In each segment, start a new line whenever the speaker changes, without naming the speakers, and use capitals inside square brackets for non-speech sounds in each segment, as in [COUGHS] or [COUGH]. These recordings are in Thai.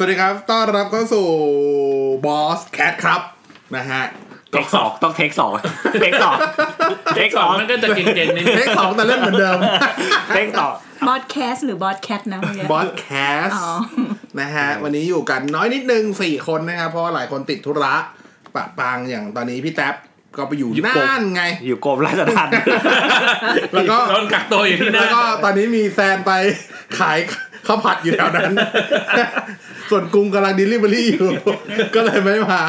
วัสดีครับ ต้อนรับเข้าสู่บอสแคทครับนะฮะ
เทคสองต้องเทคสองเทคสองเทคสอง
มันก็จะเก่งๆนิด
เท
นึ
ค
ง
สองแต่เล่นเหมือนเดิม
[LAUGHS]
เทคต่อบ
อสแคสหรือบอสแคทนะเมื่อกี้
บอสแคส
อ๋อ
นะฮะ วันนี้อยู่กันน้อยนิดนึงสี่คนนะครับ เพราะว่าหลายคนติดธุระปะปางอย่างตอนนี้พี่แท็บก็ไปอยู่น่าน
[LAUGHS]
ไง
อยู่กรมราชทัณฑ์
แล้วก็
โดนกักตัวอยู่ที่นั่
แล้
น
วก็ตอนนี้มีแซนไปขายข้าวผัดอยู่แถวนั้น [LAUGHS] ส่วนกรุงกำลังดิลิเวอรี่อยู่ [LAUGHS] ก็เลยไม่มา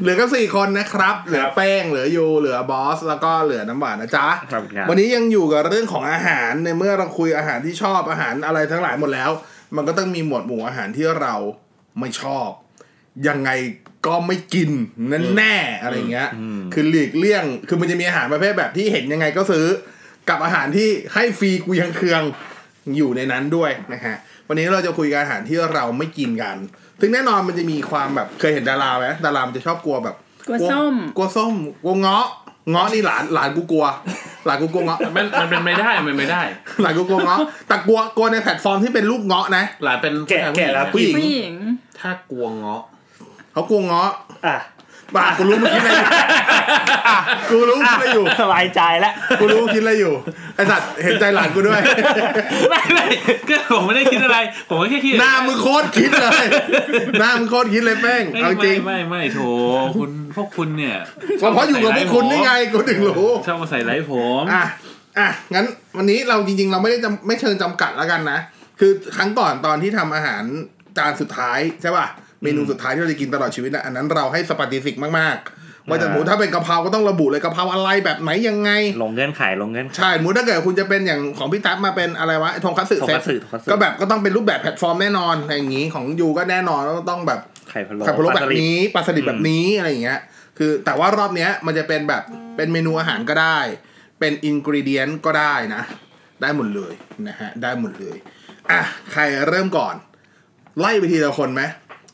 เหลือก็สี่คนนะครับ เหลือแป้ง เหลือยูเหลือบอส แล้วก็เหลือน้ำหวานนะจ๊ะ
ครับงาน
วันนี้ยังอยู่กับเรื่องของอาหารในเมื่อเราคุยอาหารที่ชอบอาหารอะไรทั้งหลายหมดแล้ว มันก็ต้องมีหมวดหมู่อาหารที่เราไม่ชอบ ยังไงก็ไม่กินนั่นแน่อะไรเงี้ย คือหลีกเลี่ยง คือมันจะมีอาหารประเภทแบบที่เห็นยังไงก็ซื้อ กับอาหารที่ให้ฟรีกูยังเคืองอยู่ในนั้นด้วยนะฮะ วันนี้เราจะคุยกับอาหารที่เราไม่กินกันถึงแน่นอนมันจะมีความแบบเคยเห็นดาราไหมดารามันจะชอบกลัวแบบ
กลัวส้ม
กลัวส้มกลัวเงาะเงาะนี่หลานหลานกูกลัว หลานกูกลัวเงาะ
มันมันเป็นไม่ได้มันไม่ได้
หลานกูกลัวเงาะแต่กลัวกลัวในแพลตฟอร์มที่เป็นรูปเงาะนะ
หลานเป็น
แก่แก่แล้ว
ผู้
ผู้
หญิง
หญิง
ผู้หญิง
ถ้ากลัวเงาะ
เขากลัวเงาะ
อ่ะ
บ้ากูรู้มึงคิดอะไรอยู่กูรู้มึงคิดอะไรอยู่
สบายใจแล้ว
กูรู้มึงคิดอะไรอยู่ไอ้สัตว์เห็นใจหลานกูด้วย
ไม่ไม่ก็ผมไม่ได้คิดอะไร ผมก็แค่คิด
หน้ามึงโคตรคิดเลยหน้ามึงโคตรคิดเลยแป้ง
ไม่
เอาจริง
ไม่ไม่ไม่โถคุณพวกคุณเนี่ย
เพราะอยู่กับพวกคุณนี่ไงกูถึงรู้
ชอบมาใส่ไลฟ์ผม
อ่ะ อ่ะ งั้นวันนี้เราจริงๆ เราไม่ได้จำไม่เชิงจำกัดแล้วกันนะ คือครั้งก่อนตอนที่ทำอาหารจานสุดท้ายใช่ป่ะ เมนูสุดท้ายที่เราจะกินตลอดชีวิตนะอันนั้นเราให้สปาติฟิกมากๆ ว่าจะหมูถ้าเป็นกะเพราก็ต้องระบุเลยกะเพราอะไรแบบไหนยังไง
ลงเงื่อนไขลงเงื่อนไข
ใช่หมูถ้าเกิดคุณจะเป็นอย่างของพี่ตั๊บมาเป็นอะไรวะไอ้ทงคัตสึเซ็ต
ทงคัตสึทงคัตสึ
ก็แบบก็ต้องเป็นรูปแบบแพลตฟอร์มแน่นอนอะไรอย่างงี้ของยูก็แน่นอนว่าต้องแบบ
ไข่พะโล้
ไข่พะโล้
ป
แบ
ลาส
บ
ลิด
นี้ปลาสลิด
อืม
แบบนี้อะไรอย่างเงี้ย คือแต่ว่ารอบเนี้ยมันจะเป็นแบบเป็นเมนูอาหารก็ได้ เป็นอินกริเดียนก็ได้นะ ได้หมดเลยนะฮะ ได้หมดเลย อ่ะ ใครเริ่มก่อน ไล่ไปทีละคนไหม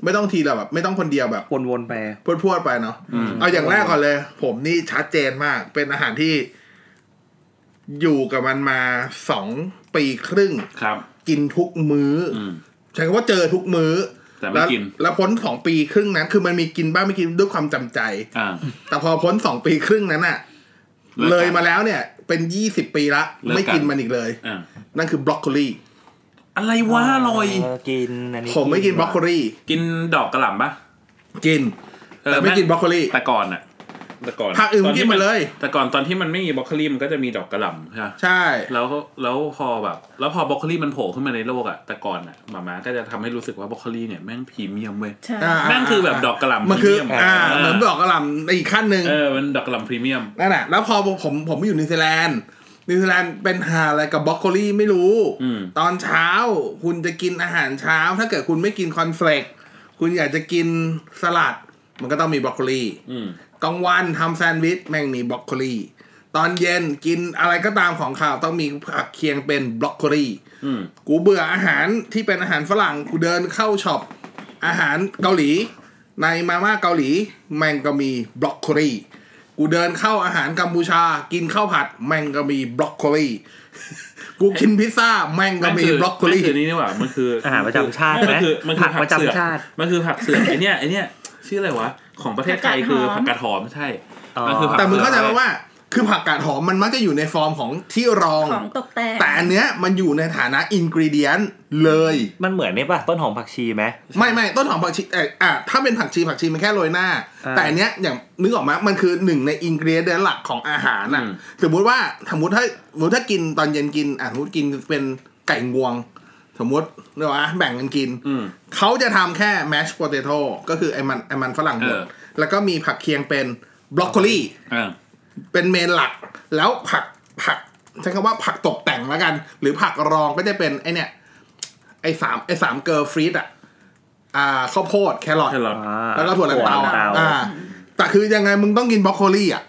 ไม่ต้องทีละแบบ ไม่ต้องคนเดียวแบบ
วนๆไป
พรวดๆไปเนาะเอาอย่างแรกก่อนเลย ผมนี่ชัดเจนมาก เป็นอาหารที่ อยู่กับมันมาสองปีครึ่ง
ครับ
กินทุกมื้ออ
ม
ใช้คำว่าเจอทุกมื้อ
แต่ไม่
ล้ว
กิน
แล้วพ้นสองปีครึ่งนั้น คือมันมีกินบ้างไม่กินด้วยความจำใจ
อ่า
แต่พอพ้นสองปีครึ่งนั้นอะ
เลิ
เล
กกัน
ยมาแล้วเนี่ย เป็นยี่สิบปีละ
เลิกกัน
ไม่กินมันอีกเลย
อ่า
นั่นคือบรอกโค
[LAUGHS]
ลี
อะไรวะอร่อย
เกินอันนี้
ผมไม่กินบรอกโคลี
กินดอกกระหล่ำปะ
กิน แต่ไม่กินบรอกโคลี
แต่ก่อนอะแต่ก่อน
ภาคอื่นกินหมดเลย
แต่ก่อนตอนที่มันไม่มีบรอกโคลีมันก็จะมีดอกกระหล่ำใช่ปะ
ใช่
แล้วแล้วพอแบบ แล้วพอบรอกโคลีมันโผล่ขึ้นมาในโลกอะแต่ก่อนอะหมาม้าก็จะทำให้รู้สึกว่าบรอกโคลีเนี่ยแม่งพรีเมียมเว้ย
ใช่
อ่า
แม่งคือแบบดอกกระหล่ำ
มันคือ
พรีเย
อ่า เหมือนบรอกกระหล่ำในอีกขั้นหนึ่ง
เออมันดอกกระหล่ำพรีเมียม
นั่นแหละแล้วพอผมผมอยู่นิวซีแลนด์นิวซีแลนด์เป็นหาอะไรกับบรอกโคลีไม่รู้
อืม
ตอนเช้าคุณจะกินอาหารเช้า ถ้าเกิดคุณไม่กินคอนเฟลกคุณอยากจะกินสลัด มันก็ต้องมีบรอกโคลี
อืม
กลางวันทำแซนด์วิชแม่งมีบรอกโคลีตอนเย็นกินอะไรก็ตามของข่าวต้องมีผักเคียงเป็นบรอกโคลี
อืม
กูเบื่ออาหารที่เป็นอาหารฝรั่งกูเดินเข้าช็อปอาหารเกาหลี ในมาม่าเกาหลีแม่งก็มีบรอกโคลีกูเดินเข้าอาหารกัมพูชา กินข้าวผัดแม่งก็มีบรอกโคลี [LAUGHS] กูกินพิซซ่าแม่งก็มี
คื
บรอกโคลี
แม่งคือนี่นี่หว่ามันคือ
อาหารประจำชาติ
มั
ไหม
นคือมันคื
ผั
อก ผั
ป
ก
ระ
เสือก
จำชาติ
มันคือผักเสือกไอเนี้ยไอเนี้ยชื่ออะไรวะของประเทศไทยคือผักกาดหอมใช่
อ๋อ
มันคือผัก
แต่มึงเข้าใจไหม
สือก
ว่า คือผักกาดหอมมันมักจะอยู่ในฟอร์มของที่รอง
ของตกแต่ง
แต่อันเนี้ยมันอยู่ในฐานะอินกรีเดียนเลย
มันเหมือนนี่ป่ะต้นหอมผักชีไหม
ไม่ไม่ต้นหอมผักชีเอ่ออ่ะถ้าเป็นผักชีผักชีมันแค่โรยหน้า
อ่า
แต่อันเนี้ยอย่างนึกออกไหมมันคือหนึ่งในอินกรีเดียนหลักของอาหารน่ะสมมุติว่าสมมติถ้าสมมติถ้ากินตอนเย็นกินอ่ะสมมติกินเป็นไก่งวง สมมติเนาะแบ่งกันกิน
อืม
เขาจะทำแค่ mashed potato ก็คือไอ้มันไอ้มันฝรั่งบด
เออ
แล้วก็มีผักเคียงเป็นบรอกโคลี
อ่า
เป็นเมนหลักแล้วผักผักใช้คำว่าผักตกแต่งแล้วกัน หรือผักรองก็จะเป็นไอเนี่ย ไอสามไอสามเกอร์ลฟรีดอ่ะอ่าข้าวโพดแครอท
ใช่หรอ
อ่า
แล้วก็ถั่วลันเตา
ถั่วลันเตา
อ่า แต่คือยังไงมึงต้องกินบรอกโคลีอ่ะ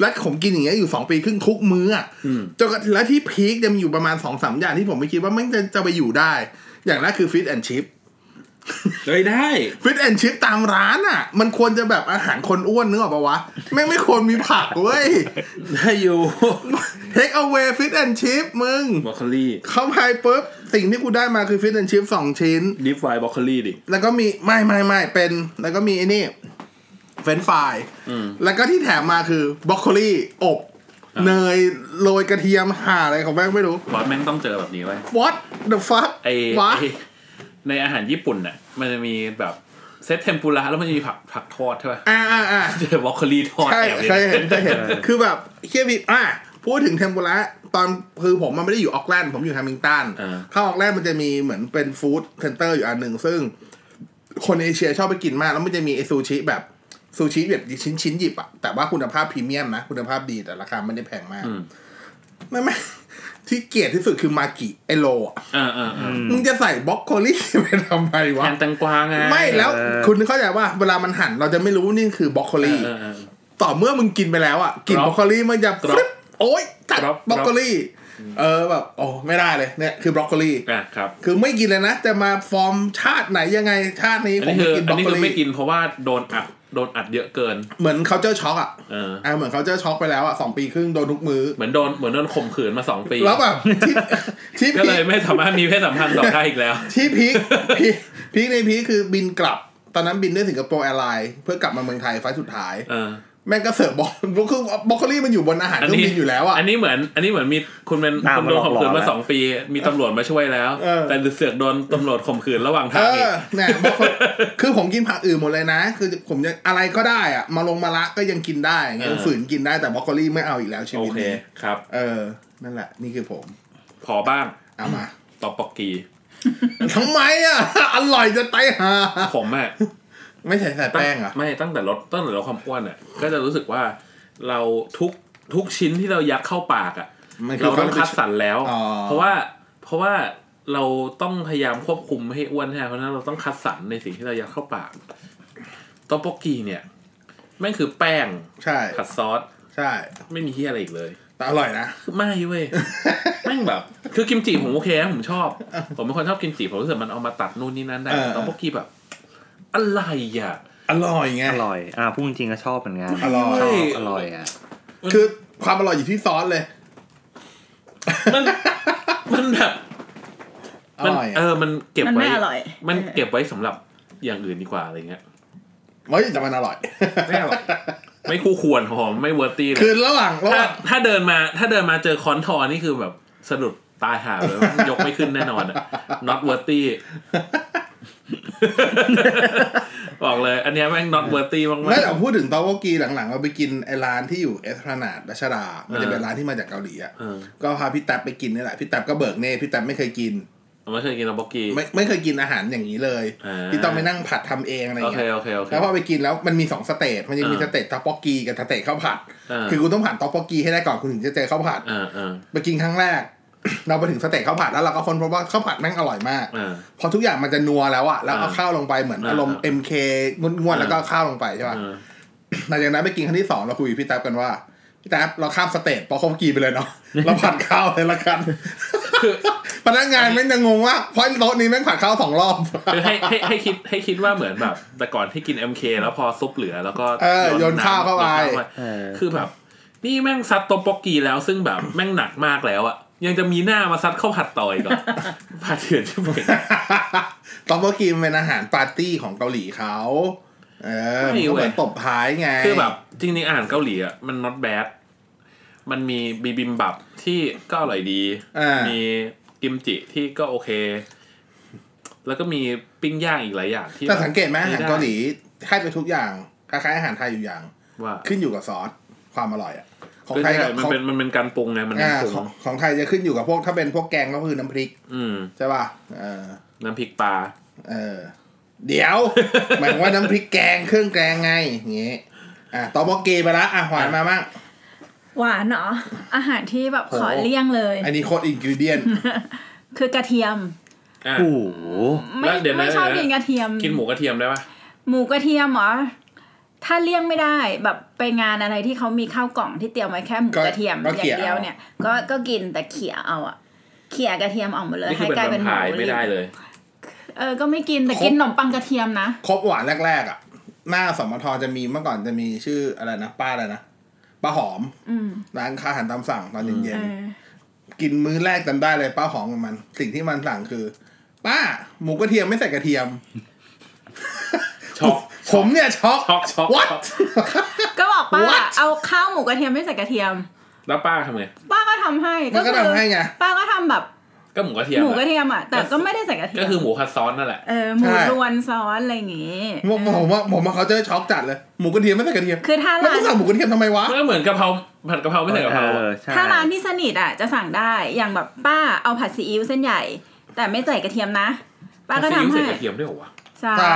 และผมกินอย่างเงี้ยอยู่สองปีครึ่งทุกมื้ออ่ะ
อืม
จนกระและที่พีคจะมีอยู่ประมาณสองสามอย่างที่ผมไม่คิดว่ามันจะจะไปอยู่ได้ อย่างแรกคือฟิชแอนชิพ
เลยได้
ฟิตแอนชิพตามร้านอ่ะ มันควรจะแบบอาหารคนอ้วนนึกออกปะวะแม่งไม่ควรมีผักเว้ย
ได้อยู่
[LAUGHS] เทคเอาเวฟิตแอนชิพมึง
บรอกโคลี
เข้าไปปุ๊บ สิ่งที่กูได้มาคือฟิชแอนชิพสองชิ้น
ดิฟไฟบล็อกโคลีดิ
แล้วก็มีไม่ไม่ไม่เป็นแล้วก็มีไอ้นี่เฟรนฟรายแล้วก็ที่แถมมาคือบรอกโคลีอบ
อ่า
เนยโรยกระเทียมห่าอะไรของแม่งไม่รู้
บอสแม่งต้องเจอแบบนี้ไว้ย
what the fuck
ไอ
วะ
ไอ้ในอาหารญี่ปุ่นน่ะมันจะมีแบบเซตเทมปุระแล้วมันจะมีผักผักทอดใช่ป่ะ [LAUGHS]
อ่าอ่าอ่า
เจอบล็อกโคลีทอด
ใช่
แอบ
เคย
เลย
เห็นเคยเห็น คือแบบเคียบิดอ่ะพูดถึงเทมปุระตอนคือผมมันไม่ได้อยู่ออกแลนด์ผมอยู่แฮมิงตัน
เออ
เข้าออกแลนด์มันจะมีเหมือนเป็นฟู้ดเซ็นเตอร์อยู่อันหนึ่งซึ่ง คนเอเชียชอบไปกินมาก แล้วมันจะมีไอซูชิแบบซูชิแบบชิ้นชิ้นหยิบอะแต่ว่าคุณภาพพรีเมียมนะ คุณภาพดีแต่ราคาไม่ได้แพงมากไม่ไม่ที่เกลียดที่สุดคือมากิไอโลอะ
เออเออเออ
มึงจะใส่บล็อกโคลี่ [LAUGHS] ไปทำไม
แท
วะ
นแตังกวาไง
ไม่แล้วคุณเข้าใจว่าเวลามันหั่นเราจะไม่รู้ว่านี่คือบรอกโค
เอ
ลี
อเออเออ
ต่อเมื่อมึงกินไปแล้วอ่ะกลิ่น
ค
บร
รับ
อกโคลีมันจะ
ครั
ฟ
บ
ลิปโอ๊ยจัด
ครับ
บรอกโคลีเออแบบโอ้ไม่ได้เลยเนี่ยคือบรอกโคลี
อ่ะครับ
คือไม่กินเลยนะ จะมาฟอร์มชาติไหนยังไงชาตินี้
อัน
ผม
นี้
ไม่กินบรอน กโค
คืออันี้คือ
ลี
ไม่กินเพราะว่าโดนอัดโดนอัดเยอะเกิน
เหมือนเขาเจอช็อกอ่ะ
เออ
อ่าเหมือนเขาเจอช็อกไปแล้วอ่ะสองปีครึ่งโดนทุกมือ
เหมือนโดนเหมือนโดนข่มขืนมาสองปี
แล้ว
[LAUGHS]
แบบที่ ที่
ก็
พีค
เลยไม่สามารถมีเพศสัมพันธ์ต่อได้อีกแล้ว
ที่พีคพีคพีคในพีคคือบินกลับ ตอนนั้นบินด้วยสิงคโปร์แอร์ไลน์เพื่อกลับมาเมืองไทยไฟล์สุดท้าย
เออ
แม่งก็เสิร์ฟบอลคือบรอกโคลีมันอยู่บนอาหาร
อัน
เครื่อง
นี้
บินอยู่แล้วอ่ะ
อันนี้เหมือน อันนี้เหมือนมีคุณเป็น
อ่า
คุณโดน
มาหลอก
ข่มขืน
หลอ
มาน สองปี มีตำรวจมาช่วยแล้ว
เออ
แต่เสือกโดนตำรวจข่มขืนระหว่าง
เอ
ทางอีก
อเนี่ย [LAUGHS] บางคน คือผมกินผักอื่นหมดเลยนะ คือผมจะอะไรก็ได้อะมาลงมาละก็ยังกินได้ไงยฝืนกินได้แต่บรอกโคลีไม่เอาอีกแล้วชี
โอ
วิต
เค
นี้
ครับ
เออ นั่นแหละ นี่คือผม
พอบ้าง
เอามา
ตอบปอกกี
ทำไมอ่ะ [LAUGHS] อร่อยจะตายห่า
ผมอ่ะ
ไม่ใส่ใส่แป้งเหรอ่ะ
ไม่ตั้งแต่ลดตั้งแต่ลดความอ้วนอ่ะก็จะรู้สึกว่าเราทุกทุกชิ้นที่เรายัดเข้าปากอ่ะ
มันคือ
เราต้องคัดสรรแล้ว
อ๋อ
เพราะว่าเพราะว่าเราต้องพยายามควบคุมไม่ให้อ้วนใช่ไหมเพราะฉะนั้นเราต้องคัดสรรในสิ่งที่เรายัดเข้าปากต๊อกโปกกีเนี่ยแม่งคือแป้ง
ใช่
ผัดซอส
ใช่
ไม่มีที่อะไรอีกเลย
แต่อร่อยนะ [LAUGHS]
คือไม่เว้ย แม่งแบบ คือกิมจิผมโอเคนะผมชอบ ผมเป็นคนชอบกิมจิผมรู้สึกมันเอามาตัดนู่นนี่นั่นได้
เออ
ต๊อกโปกกีแบบ อะไรอ่ะ
อร่อยไง
อร่อย อ่าพูดจริงๆก็ชอบเหมือนกัน
อร่อย
ชอบอร่อยอ่ะ
คือความอร่อยอยู่ที่ซอสเลย
มันมันแบบ
อ
มัน
ร่อย
เอ
อะ
อมันเก็บ
มัน
ไว้
ไม่อร่อย
มันเก็บไว้สำหรับอย่างอื่นดีกว่าอะไร
[LAUGHS]
เงี้ย
เฮ้ยแต่มันอร่อย
ไม่อร่อยไม่คู่ควรหอมไม่เวอร์ตี้เล
คือย ระหว่างระห
ถ้า
ว่าง
ถ้าเดินมา ถ้าเดินมาเจอคอนทอนี่คือแบบสะดุดตายหาเลยว่ายกไม่ขึ้นแน่นอนอะ not worthy [LAUGHS] บอกเลย อันเนี้ยแม่ง not worthy มาก
ไม่แต่
ๆ
พูดถึงเตาโกกีหลังๆเราไปกินไอ้ร้านที่อยู่เอสพลานาดรัชดา มันจะเป็นร้านที่มาจากเกาหลีอ่ะ
เออ
ก็พาพี่แต๊บไปกินนี่แหละ พี่แต๊บก็เบิกเน่พี่แต๊บไม่เคยกิน
ผมไม่เคยกินตอกบกกี
ไม่ไม่เคยกินอาหารอย่างนี้เลย
อ่า
ที่ต้องไปนั่งผัดทำเองอะไร
โอเค
เงี้ย
โอเคโอเค
แล้วพอไปกินแล้วมันมีสองสเตจมันจะมี
อ่า
สเตจเตาโกกีกับสเตจข้าวผัด
อ่า
คือคุณต้องผ่านเตาโกกีให้ได้ก่อนคุณถึงจะเจอข้าวผัด
เอ่าอ่า
ไปกินครั้งแรก เราไปถึงสเตจข้าวผัดแล้วเราก็ค้นพบว่าข้าวผัดแม่งอร่อยมาก
อ่า
พอทุกอย่างมันจะนัวแล้วอะแล้วเอา
อ่า
ข้าวลงไปเหมือน
อ่า
อารมณ์
อ่า
MK งวนๆแล้วก็เอาข้าวลงไปใช่ปะ
อ่า
หลังจากนั้นไปกินครั้งที่สองเราคุยกับพี่แท็บกันว่า พี่แท็บเราข้ามสเตจพอเขากีไปเลยเนาะ
[LAUGHS]
เราผัดข้าวเลยละกัน พนักงานไม่งจะงงว่าเพราะโต๊ะนี้แม่งผัดข้าวสองรอบ [LAUGHS]
คือให้ให้ให้คิดให้คิดว่าเหมือนแบบ แต่ก่อนให้กิน MK แล้วพอซุปเหลือแล้วก็
เออโยนข้าวเข้าไป
โยนข้
เออ
คือแบบ นี่แม่งซัดโตปกกีแล้วซึ่งแบบแม่งหนักมากแล้วอะยังจะมีหน้ามาซัดข้าวผัดต่อยก่อน [LAUGHS] ผัดเถื่อนใช่ไหม
ต๊อกกีมันเป็นอาหารปาร์ตี้ของเกาหลีเขาเออมันก็เหมือนตบท้ายไง
คือแบบจริงๆอาหารเกาหลีอะมัน not bad มันมีบีบิมบับที่ก็อร่อยดี
อ่า
มีกิมจิที่ก็โอเค แล้วก็มีปิ้งย่างอีกหลายอย่างที่
แต่สังเกตไหมอา
ไม่
หาร
ได้
เกาหลีแทบจะทุกอย่างคล้ายๆอาหารไทยอยู่อย่าง
ว่า
ขึ้นอยู่กับซอสความอร่อยอะของ
คือ
ไทยกับ
มัน
ของ
เป็นมันเป็นการปรุงไงมันเป็
อ่าน
ปรุง
ของของไทยจะขึ้นอยู่กับพวกถ้าเป็นพวกแกงก็คือน้ำพริก
อืม
ใช่ป่ะเออ
น้ำพริกปลา
เออเดี๋ยว [LAUGHS] หมายถึงว่าน้ำพริกแกงเครื่องแกงไงอย่างงี้อ่ะตอบบอกเกไปละอ่ะหวานมาบ้าง [LAUGHS]
หวานเนาะอาหารที่แบบ
โห
ขอเลี่ยงเลย
อันนี้โคตรอินกิวเดียน
คือกระเทียม
อ่ะ
โอ้โห
ไม่
แล้วเดี๋ยวนะ
ไม่ชอบ
เดี๋
กิ
ยวน นะ
กระเทียม
กินหมูกระเทียมได้ปะ
หมูกระเทียมเหรอถ้าเลี่ยงไม่ได้แบบไปงานอะไรที่เขามีข้าวกล่องที่เตรียมไว้แค่หมู
ก็
กระเทียม
ก็
อย่า
เขี่ย
งเดียว
เอา
เนี่ย ก็ก็กินแต่เขี่ยเอาอะเขี่ยกระเทียมออกหมดเลย
นี่คื
ให้
อเป็น
กลาย
แบบพาย
เป็นหมู
ไม่ได้เลย
เออก็ไม่กินแต่กินขนมปังกระเทียมนะ
ครบหวานแรกๆอ่ะ หน้าสมทจะมีเมื่อก่อนจะมีชื่ออะไรนะป้าอะไรนะป้าหอม
อืม
ร้านค้าอาหารตามสั่งตอนเย็น
เออ
ๆ กินมื้อแรกจำได้เลยป้าหอมกับมัน สิ่งที่มันสั่งคือ ป้า หมูกระเทียมไม่ใส่กระเทียม [LAUGHS]
ช็อก
ผมเนี่ยช็อก [LAUGHS]
ช็อกช็อก
What?
ช็อก
ก็บอกป้า
What?
เอาข้าวหมูกระเทียมไม่ใส่กระเทียม
แล้วป้าทำไง
ป้าก็ทำให้
มันก็
คือ
ทำให้ไง
ป้าก็ทำแบบ
ก็หมูกระเทียม
หมูกระ
อะ
เทียมอ่ะแต่
ก็
ก็ไม่ได้ใส่กระเทีย
ก็
ม
คือหมูคัดซ้อนนั่นแหละ
เออหมู
ใช่
รวนซ้อนอะไรอย่างงี้
ผมผมว่าผมว่าเขาจะช็อกจัดเลยหมูกระเทียมไม่ใส่กระเทียม
คือถ้า
แล้ว
ร้า
ก็
น
สั่งหมูกระเทียมทำไมวะ
ก็เหมือนกะเพราผัดกะเพราไม่ใส่กะเพรา
ออใช่
ถ้าร้านที่สนิทอ่ะจะสั่งได้อย่างแบบป้าเอาผัดซีอิ๊วเส้นใหญ่ แต่ไม่ใส่กระเทียมนะ ป้าก็ทำ
ซีอิ๊วใส่
ให้
กระเทียมด้วยเหรอวะ
ใช่
ใส่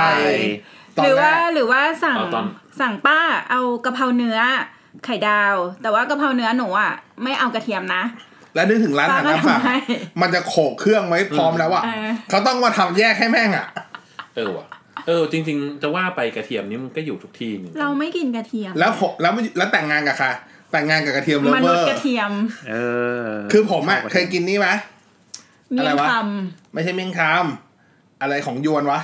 ตน
หรือ
แร
ว่าก หรือว่าสั่ง
เอาตอน
สั่งป้าเอากะเพราเนื้อไข่ดาว แต่ว่ากะเพราเนื้อหนูอ่ะไม่เอากระเทียมนะ
และนึกถึงร้านอาหารตามสั่ง
ร้านอาหารไทย
มันจะโขกเครื่องไว้พร้อมแล้วอะ
เออ
เขาต้องมาทำแยกให้แม่งอะ
เออวะเออจริง ๆ จะว่าไปกระเทียมนี่มันก็อยู่ทุกที่จริงๆ
เราไม่กินกระเทียม
แล้วผมแล้วมันแล้วแต่งงานกับใครแต่งงานกับกระเทียมเล
ม
ฟเว
นุ
อ
ษย์
ร์
กระเทียม
เออ
คือผมอะเคยกินนี่ไหม
เมี
อะไร
ยง
วะ
ค
ไม่ใช่เมี่ยงคำอะไรของยวนวะ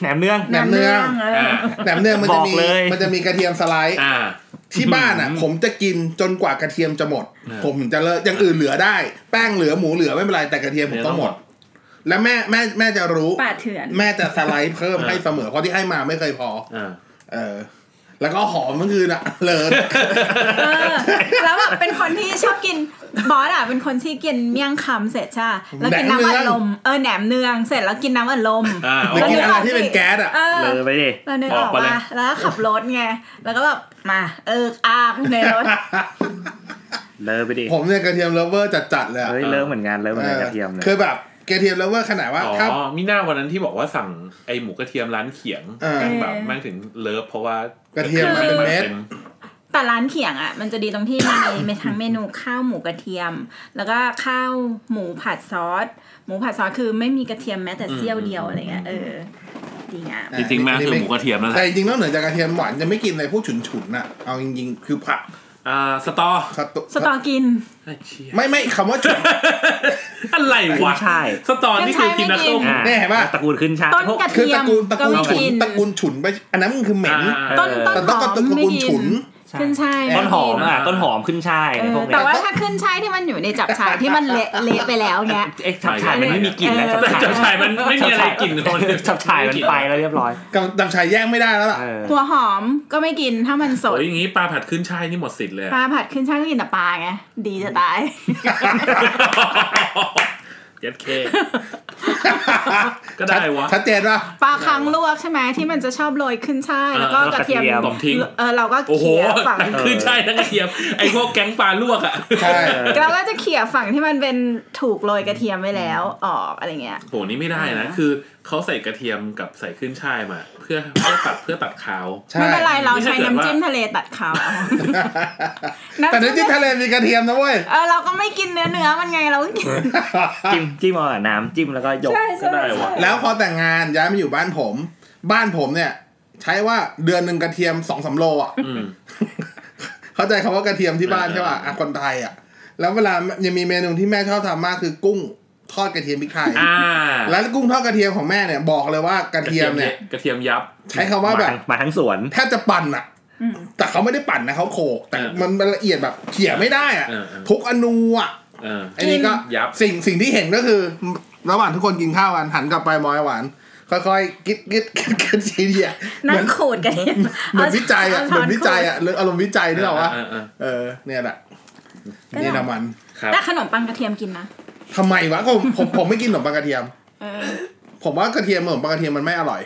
แหนมเนือง
แหนมเนือง
อ่า
แหนมเนืองมันจะมี
บอกเลย
มันจะมีกระเทียมสไลด์
อ่า
ที่บ้านอะผมจะกินจนกว่ากระเทียมจะหมด
อ่า
ผมถึงจะเลิกอย่างอื่นเหลือได้ แป้งเหลือหมูเหลือไม่เป็นไรแต่กระเทียมผมต้องหมด และแม่แม่แม่จะรู้
ปาดเถื่อน
แม่จะสไลด์เพิ่มให้เสมอเพราะที่ให้มาไม่เคยพอ
อ่า
เออ แล้วก็หอมเมื่อคืนอะ [LAUGHS] เลิศ
เออแล้วแบบเป็นคนที่ชอบกินบอสอ่ะเป็นคนที่กินเมี่ยงคำเสร็จใช่ปะแล้วกินน้ำอัดลมเออแหนมเนืองเสร็จแล้วกินน้ำอัดลม
อ่า
หรือกินอะไรที่เป็นแก๊สอะ
[LAUGHS] เออ
เลยไปดิ
เราเนึกออกว่าแล้วก็ขับรถไงแล้วก็แบบมาเอออากในรถ [LAUGHS]
เลยไปดิ
ผมเนี่ยกระเทียมเลฟเวอร์จัดๆเลยอะ
เฮ้ยเลิกเหมือนกันเลิกเหมือนกันกระเทียมเลย
คือแบบกระเทียมเลฟเวอร์ขนาดว่า
อ๋
ถ้า
อมิน่าวันนั้นที่บอกว่าสั่งไอหมูกระเทียมร้านเขียง
เออ
แม่งแบบแม่งถึงเลิฟเพราะว่าก ก
ระเทียมมันเป็นเม็ด
แต่ร้านเขียงอ่ะมันจะดีตรงที่มันมี [COUGHS] มีทั้งเมนูข้าวหมูกระเทียม แล้วก็ข้าวหมูผัดซอสหมูผัดซอสคือไม่มีกระเทียมแม้แต่เสี้ยวเดียวอะไรเงี้ยเออดีงาม
จริงๆแม่งคือหมูกระเทียมนั่นแห
แต่
ละ
จริงๆนอกเหนือจากกระเทียมหวานจะไม่กินอะไรพวกฉุนๆน่ะเอาจริงๆ คือผัก
อ่าสตอ
สตู
สตอกิน
ไอ้เชี่ย
ไม่ไม่คำว่าฉุน
อะไร
ขึ้
วะ
นช่าย
สตอนี่คือพินาโต้
อ่า
แน่ปะ
ตระกูลขึ้นช่าย
ต้นกระ
คือ
เทีย
ตระ
ม
กูลตระ
ก็
กูล
ไม่
ฉุน
กิน
ตระกูลฉุนไปอันนั้นมันคือเหม็น
อ่า
ต้นต้น
แต่ต้อง
ห
ก็
อม
ตระ
ไม่
กูล
กิ
ฉุ
น
น
ขึ้นช่าย
ต้นหอมอ่ะต้นหอมขึ้นช่าย
เอ
ใน
อ
พวก
แต่
เนี้ย
ว่าถ้าขึ้นช่ายที่มันอยู่ในจับฉ่ายที่มันเละเละไปแล้วเนี้ย
เอ๊ะจับฉ่ายมันไม่มีกลิ่นแล้ว
เออ
จับฉ่ายมันไม่มีอะไรกลิ่นคน
จับฉ่ายมันไปแล้วเรียบร้อย
กับดับชายแยกไม่ได้แล้วล่ะ [LAUGHS]
เออ
หัวหอมก็ไม่กินถ้ามันส
โอ้
ด
ยอย่างงี้ปลาผัดขึ้นช่ายนี่หมดสิทธิ์เลย
ป
อะ
ล [LAUGHS] าผัดขึ้นช่ายก็กินแต่ปลาไงดีจะตาย
เจ็ดเค ก็ได้วะ
ชัดเจนป่ะ
ปลาคังลวกใช่ไหมที่มันจะชอบโรยขึ้นช่ายแล้วก็
เออ
กระเทียม
ตบทิ้ง
เออเราก็
โอ้โห
เขี่ยฝั่ง
ทั้งขึ้นช่ายทั้งกระเทียม [LAUGHS] ไอ้พวกแก๊งปลาลวกอ่ะ
ใช่
เราก็จะเขี่ยฝั่งที่มันเป็นถูกโรยกระเทียมไว้แล้วออกอะไรเงี้ย
โหนี่ไม่ได้นะ คือเขาใส่กระเทียมกับใส่ขึ้นช่ายมา เพื่อเพื่อตัดเพื่อตัดขาว
ใช่
ไม่เป็นไรเรา
ไม่
ใช้
ใช่เกิดว่า
น้ำจิ้มทะเลตัดขาว
แต่เนื้อที่ทะเลมีกระเทียมนะเว้ย
เออเราก็ไม่กินเนื้อเนื้อมันไงเราก็กิน
จิ้มจิ้มเอากับน้ำจิ้มแล้วก็หยก
ใช่ใช่
ก็ได้วะ
ใช่
แล้วพอแต่งงานย้ายมาอยู่บ้านผม บ้านผมเนี่ย ใช้ว่าเดือนหนึ่งกระเทียมสองสามโลอ่ะ
อืม
เข้าใจคำว่ากระเทียมที่บ้าน
เออ
ใช่ป่ะอ่ะคนไทยอ่ะ แล้วเวลายังมีเมนูที่แม่ชอบทำมากคือกุ้งทอดกระเทียมพริกไทย
อ่า
แล้วกุ้งทอดกระเทียมของแม่เนี่ยบอกเลยว่ากระเทียมเนี่ย
กระเทียมยับ
ใช้คำว่าแบบ
มาทั้งสวน
แทบจะปั่นอ่ะ แต่เขาไม่ได้ปั่นนะเขาโขกแต่
เออ
มันมันละเอียดแบบเขี่ยไม่ได้อ่ะ
เออเออ
ทุกอนูอ่ะ
เออ
ไอ้นี่ก็
ยับ
สิ่งสิ่งที่เห็นก็คือ ระหว่างทุกคนกินข้าวกันหันกลับไปมอยหวาน ค่อยๆกิ๊ดกิ๊ดกิ๊ดกิ๊ดทีเดียวเห
นั่
มือง น
ขูดกันเนี่ย
เหมือนวิจัยอ่ะ
า
เห
ช้
มือนวิจัย
ขูด
อ่ะเรื่องอารมณ์วิจัยนี่หรอวะ
เออเออ
เออเนี่ยแหละ
ก็ได้
เยอรมัน
ครับ
แต่ขนมปังกระเทียมกินนะ
ทำไมวะก็ผมผมผมไม่กินขนมปังกระเทียม
เออ
ผมว่ากระเทียมขนมปังกระเทียมมันไม่อร่อย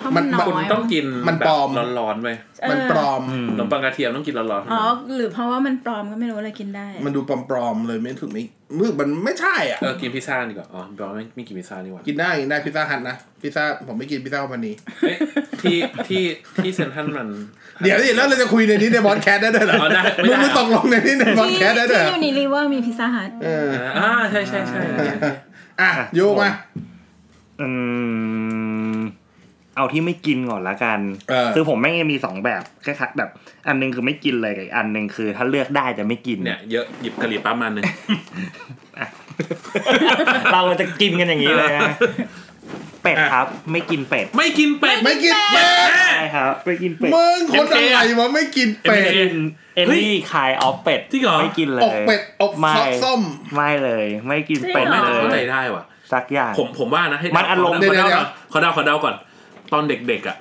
เพราะมัน
มัน
น้อ
คุณ
ย
ต้องกิน
มัน
แบบ
ปลอม
ร้อนๆไป
เออ
มันปลอม
อืม
ขนมปังกระเทียมต้องกินร้อนๆ
อ๋อหรือเพราะว่ามันปลอมก็ไม่รู้เลยกินได้
มันดูปลอมๆเลยไม่ถูกไม่มือมันไม่ใช่อ่ะ
เออกินพิซซ่าดีกว่าอ๋อบอกว่าไม่ไม่กินพิซซ่าดีกว่า
กินได้กินได้พิซซ่าฮัทนะพิซซ่าผมไม่กินพิซซ่าคอมพานี
เอ้ยที่ที่ที่เซนทรันมัน
เดี๋ยวดิแล้วเราจะคุยในนี้ในบอสแคสได้ด้วยเหรอ
เอาได้ไม่
มึง
ได้
มึงตกลงในนี้ในบอส
ที่
แคสได้ด้วยเหรอ
ที่ยูนิลิเวอร์มีพิซซ่าฮัท
เออ
อ่าใช่ใช่ใช่
อ่ะโยกมา
อืมเอาที่ไม่กินก่อนละกัน
เออ
คือผมแม่งยังมีสองแบบคล้ายๆแบบ อันหนึงคือไม่กินเลยกับอีกอันหนึงคือ ถ้าเลือกได้จะไม่กิน
เนี่ยเยอะหยิบกะหรี่ปั๊บมาหนึ่ง
เราจะกินกันอย่างนี้เลยนะ เป็ด
อ่ะ
ครับ ไม่กินเป็ด
ไม่กินเป็ด
ไม่กินเป็ด
ใช่ครับ ไม่กินเป็ด
มึงคนอะไรวะไม่กินเป็ด
เอ็
กิ
ม
นเอลลี่คายออฟเป็ด
จริงเหรอ
ไม่กินเลย
อกเป็ดอก
ไม่
ซอกส้ม
ไม่เลย ไม่กินเป็ด
ไม่
จริงหรอ
เข้า
เล
ใจ
ย
ได้ว่ะ
สักอย่าง
ผมผมว่านะให้
มันอารมณ์
เดาขอ
เดี๋ยว
เดา
เดี๋
ก่
ย
อ
ว
นขอเดาขอเดาก่อน ตอนเด็กๆอ่ะ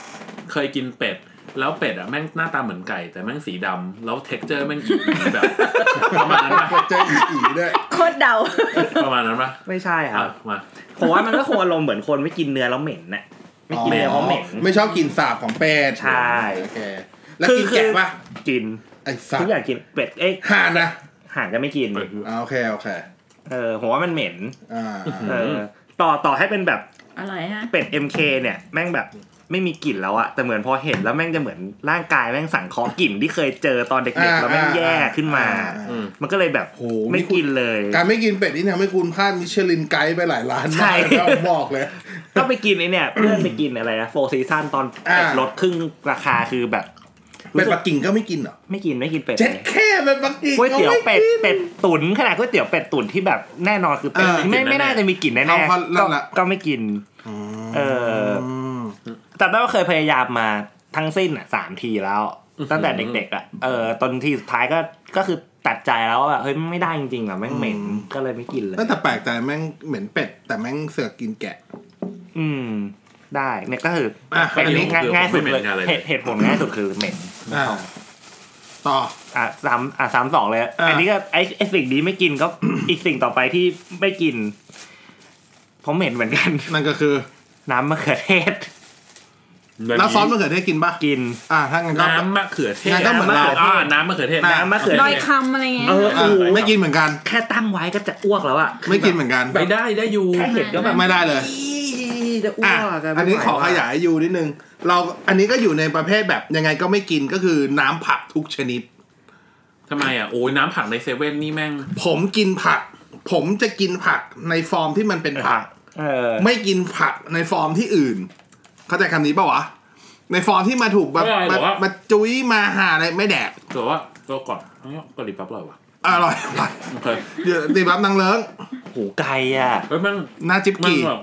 เคยกินเป็ด แล้วเป็ดอ่ะแม่งหน้าตาเหมือนไก่ แต่แม่งสีดำแล้วเท็กเจอร์แม่งอีกแบบ [LAUGHS] ประมาณนั้นปะ
เจออีด้วย
โคตรเดา
ประมาณนั้นปะ
ไม่ใช่ค
อ่ะ
รับ
มา
ผมว่ามันก็คงอารมณ์เหมือนคนไม่กินเนื้อแล้วเหม็นน่ะไม่กินเนื้อเพราะเหม็น
ไม่ชอบกลิ่นสาบของเป็ด
ใช่
โอเคแล้วกินแกะปะ
กิน
ไอ้สัต
ทุกอ
ว์
ย่างกินเป็ดเอ๊ะ
ห่านนะ
ห่างก็ไม่กิน
เออ
อ่าโอเคโอเค
เออผมว่ามันเหม็น
อ่า
เออ ต่อต่อให้เป็นแบบ
อร่อยฮะ
เป็ด MK เนี่ยแม่งแบบไม่มีกลิ่นแล้วอะแต่เหมือนพอเห็นแล้วแม่งจะเหมือนร่างกายแม่งสั่งเคอกลิ่นที่เคยเจอตอนเด็กๆ แล้วแม่งแย่ขึ้นมา
อ่
อืม
มันก็เลยแบบ
โห
ไม่
นี่คุณ
กินเลย
การไม่กินเป็ดนี่ทำให้คุณพลาดมิชลินไกด์ไปหลายร้าน
ใช่
มากแล้วผมบอกเลย
ก็ไปกินไอเนี่ย เพื่อนไปกินอะไรนะโฟซีซันตอน
อ่า
เป็ดลดครึ่งราคาคือแบบ
เป็ดปักกิ่งก็ไม่กินเหรอ
ไม่กินไม่กินเป็ด
เจ็ด
เลย
แค่เป็ดปักกิ่ง
ก๋วยเตี๋ยว
ก็ไม่
เป็ด
กิน
เป็ดตุ๋นขนาดก๋วยเตี๋ยวเป็ดตุ๋นที่แบบแน่นอนคือเป็ด
เออ
ไม่ไม่น่าจะมีกลิ่นแน่
เอา
ๆ
พอนั่
ก็
นละ
ก็ไม่กิน เออ
ม
จำได้ว่าเคยพยายามมาทั้งสิ้นอ่ะสามทีแล้ว
อื้อหือ
ตั้งแต่เด็กๆอ่ะเออตอนทีสุดท้ายก็ก็คือตัดใจแล้วว่าแบบเฮ้ยไม่ได้จริงๆอ่ะแม่งเหม็นก็เลยไม่กินเลย
แต่แปลกใจแม่งเหม็นเป็ด แต่แม่งเสือกกินแกะ
อืม ได้เนี่ยก็คือ
อ่ะ
เป็น
อันนี้
ง่าย
คือ
ง่ายสุด
ผมไม่
เลย
เหม็นอะไรเลย
เหตุเหตุผลง่ายสุดคือเหม็น
อ่าต่อ
อ่ะสามอ่ะสามสองเลย
อ่ะ
อันนี้ก็ไอ้ไอ้สิ่งนี้ไม่กินก็ [COUGHS] อีกสิ่งต่อไปที่ไม่กินเพราะเหม็นเหมือนกัน [LAUGHS]
นั่นก็คือ
น้ำมะเขือเทศ
แล้วซอสมะเขือเทศกินปะ
กิน
อ่าถ้างั้นก็
น้ำมะเขือเทศ
งั้นก็เหมือนเรา
อ่าน้ำมะเขือเทศ
น้ำมะเขือ
ดอยคำอะไรเงี้ย
เออ
อ่ะไม่กินเหมือนกัน
แค่ตั้งไว้ก็จะอ้วกแล้วอะ
ไม่กินเหมือนกัน
ไม่ได้ได้อยู่
แค่เห็นก็แบบ
ไม่ได้เลย
อี้จะอ้ว
อ่ะ
กะ
อันนี้ขอข
ไม่ไหวแล้วะ
ยายอยู่นิดนึง เรา อันนี้ก็อยู่ในประเภทแบบยังไงก็ไม่กินก็คือน้ำผักทุกชนิด
ทำไมอ่ะ โอ้ยน้ำผักในเซเว่นนี่แม่ง
ผมกินผัก ผมจะกินผักในฟอร์มที่มันเป็นผัก
เออ
ไม่กินผักในฟอร์มที่อื่น เข้าใจคำนี้ปะวะ ในฟอร์มที่มาถูกแบบ
ไม่ได้หร
มา
อกวะ
มาจุ้ยมาหาอะไรไม่แดก
แต่ว่าก็ก่อนเอ้ยกะหรี่ปั๊บอร่อยว่ะ
อร่อย [LAUGHS] อร่อย
โอเค
เดี๋ยวตีบับนางเลิ้ง
หูไก่อะ
เฮ้ยแม่ง
หน้าจิ๊บ
แม่ง
กี่
แบบ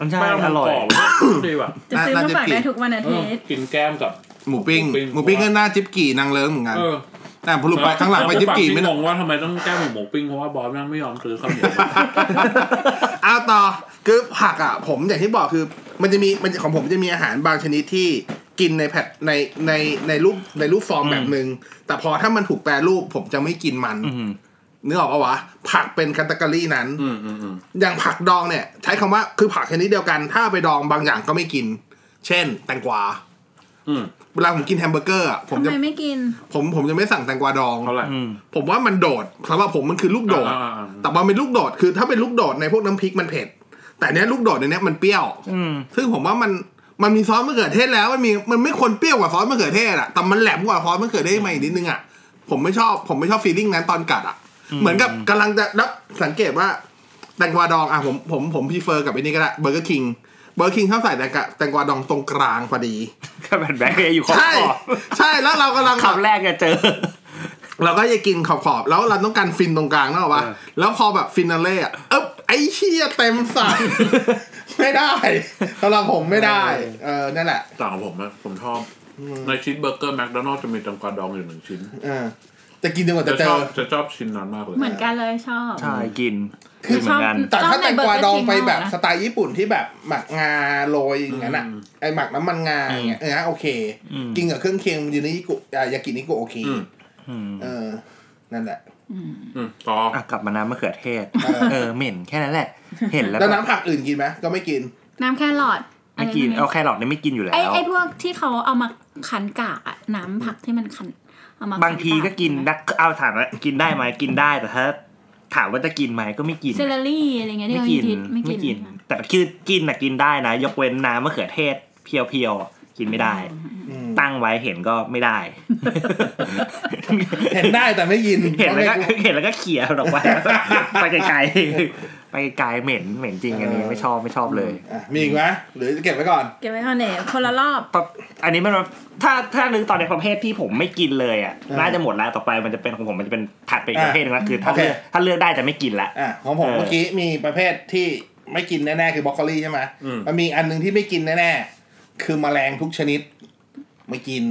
มันใช่
แม่ง
อร่อย
กบอะดีว่ะ
จะซื้อ
น่า
มา
จะ
ฝาก
ผิ
ได้
ด
ทุกวันอา
เอ
ทิ
อ
ตย์
กินแก้มกับ
หมูปิ้งห
หมูปิ้ง
มูปิ้งก็หน้าจิ๊บกี่นางเลิ้งเหมือนกัน
เออ
แต่พอลุไปข้างหลังไปจิ๊บกี่ไม่
ไม่
นง
งงว่าทำไมต้องแก้หมูหมูปิ้งเพราะว่าบอสแม่งไม่ยอมซื้อข้าวเหนียว
[LAUGHS] เอาต่อคือผักอ่ะ ผมอย่างที่บอกคือ มันจะมีมันของผมจะมีอาหารบางชนิดที่กินในแพทในในในรูปในรูปฟอร์ม
อืม
แบบหนึ่งแต่พอถ้ามันถูกแปรรูปผมจะไม่กินมัน
อืม
นึกออกปะวะผักเป็นคัตกรีนั้น
อืมอืมอืม
อย่างผักดองเนี่ย ใช้คำว่าคือผักชนิดเดียวกัน ถ้าเอาไปดองบางอย่างก็ไม่กิน เช่น แตงกวา
อืม
เวลาผมกินแฮมเบอร์เกอร์อ่ะผม
ทำ
จะ
ไมไม่กิน
ผมผมจะไม่สั่งแตงกวาดอง
เท่าไหร่
อืม
ผมว่ามันโดดสำหรับผมมันคือลูกโดด
อ่าอ่าอ่า
แต่มันเป็นลูกโดดคือถ้าเป็นลูกโดดในพวกน้ำพริกมันเผ็ด แต่เนี้ยลูกโดดในเนี้ยมันเปรี้ยว
อืม
ซึ่งผมว่ามันมันมีซอสมะเขือเทศแล้วมันมีมันไม่ควรเปรี้ยวกว่าซอสมะเขือเทศอะแต่มันแหลมกว่าซอสมะเขือเทศมาอีกนิดนึงอะผมไม่ชอบผมไม่ชอบฟีลลิ่งนั้นตอนกัดอะเหมือนกับกำลังจะแล้วสังเกตว่าแตงกวาดองอะผมผมผมพีเฟอร์กับไอันนี้ก็ได้เบอร์เกอร์คิงเบอร์เกอร์คิงเขาใส่แตงกวาแตงกวาดองตรงกลางพอดี
ก็ [LAUGHS] แบบแบงค์เออยู่ขอบ
ใช่
ขอบ
ใช่แล้วเรากำลัง
คำแรกจะเจอ [LAUGHS]
เราก็จะกินขอบๆ แล้วเราต้องการฟินตรงกลางนึกออกปะ
เออ
แล้วพอแบบฟินาเล่อะเอ๊บไอ้เชี่ย [LAUGHS] เต็มสั่ ไม่ได้สำหรับผมไม่ได้ เออ นั่นแหละ
ต่างของผมนะผมชอบ ในชีสเบอร์เกอร์แมคโดนัลด์จะมีแตงกวาดองอยู่หนึ่งชิ้น
เออจะกินจนกว่า
จะ
จะเจ
ชอ
อบ
จะชอบชิ้นนั้นมากเลย
เหมือนกันเลยชอบ
ใช่กิน
คือชอบ
เหมือนกัน
แต่ถ้าแตงกวาดองไปแบบส
ชอบในเบอร์เกอร์คิงมากนะ
ไตล์ญี่ปุ่นที่แบบหมักงาโรยอย่างนั้นอะไอหมักน้ำมันงาอย่างเงี้ยเออโอเค กินกับเครื่องเคียงยูนิกุอ่ะยากินิกุโอเค
อืม
อืม
เออ นั่นแหละ
อืมต่อ
อ่ะกลับมาน้ำมะเขือเทศ
เออ
เออเหม็นแค่นั้นแหละ เห็นแล้ว
แล้ว
แบบ
น้ำผักอื่นกินไหมก็ไม่กิน
น้ำแค่หลอด
ไม่กินเอาแค่หลอดเนี่ยไม่กินอยู่แล้
ไอ
ว
ไอพวกที่เขาเอามาคั้นกากอะน้ำผักที่มันคั้นเอามา
บางทีก็กิน
ได้
นะเอาถามว่ากินได้ไหมกินได้แต่ถ้าถามว่าจะกินไหมก็ไม่กิน
เซลลี่อะไรเงี้ยที่
ไม่
เขา
กิน
ฮิตไม่
ไม่
กิ
กิ
น
น แต่คือกินน่ะกินได้นะ ยกเว้นน้ำมะเขือเทศเพียวๆกินไม่ได้
อืม
ตั้งไว้เห็นก็ไม่ได้
เห็นได้แต่ไม่กิน
เห็นแล้วก็
พราะไม่
เห็นแล้วก็เขี่ยออกไปไปไกลๆไปไกลๆเหม็นเหม็นจริงอันนี้
เออ
ไม่ชอบไม่ชอบเลย
อ่ะมีอีกไหมหรือจะเก็บไว้ก่อน
เก็บไว้ข้างในคนละรอบ
ปะอันนี้มันถ้าถ้านึกตอนในประเภทที่ผมไม่กินเลยอ่ะ
เออ
น่าจะหมดแล้วต่อไปมันจะเป็นของผมมันจะเป็นถัดไปอีก
อ่ะ
ประเภทหนึงละคือถ้า
โอเค
เลือกถ้าเลือกได้จะไม่กินละ
อ่ะของผม
เออ
เมื่อกี้มีประเภทที่ ไม่กินแน่ๆคือบรอกโคลีใช่ไหม
อืม
มันมีอันหนึ่งที่ไม่กินแน่ๆคือแมลงทุกชนิด ไม่กิน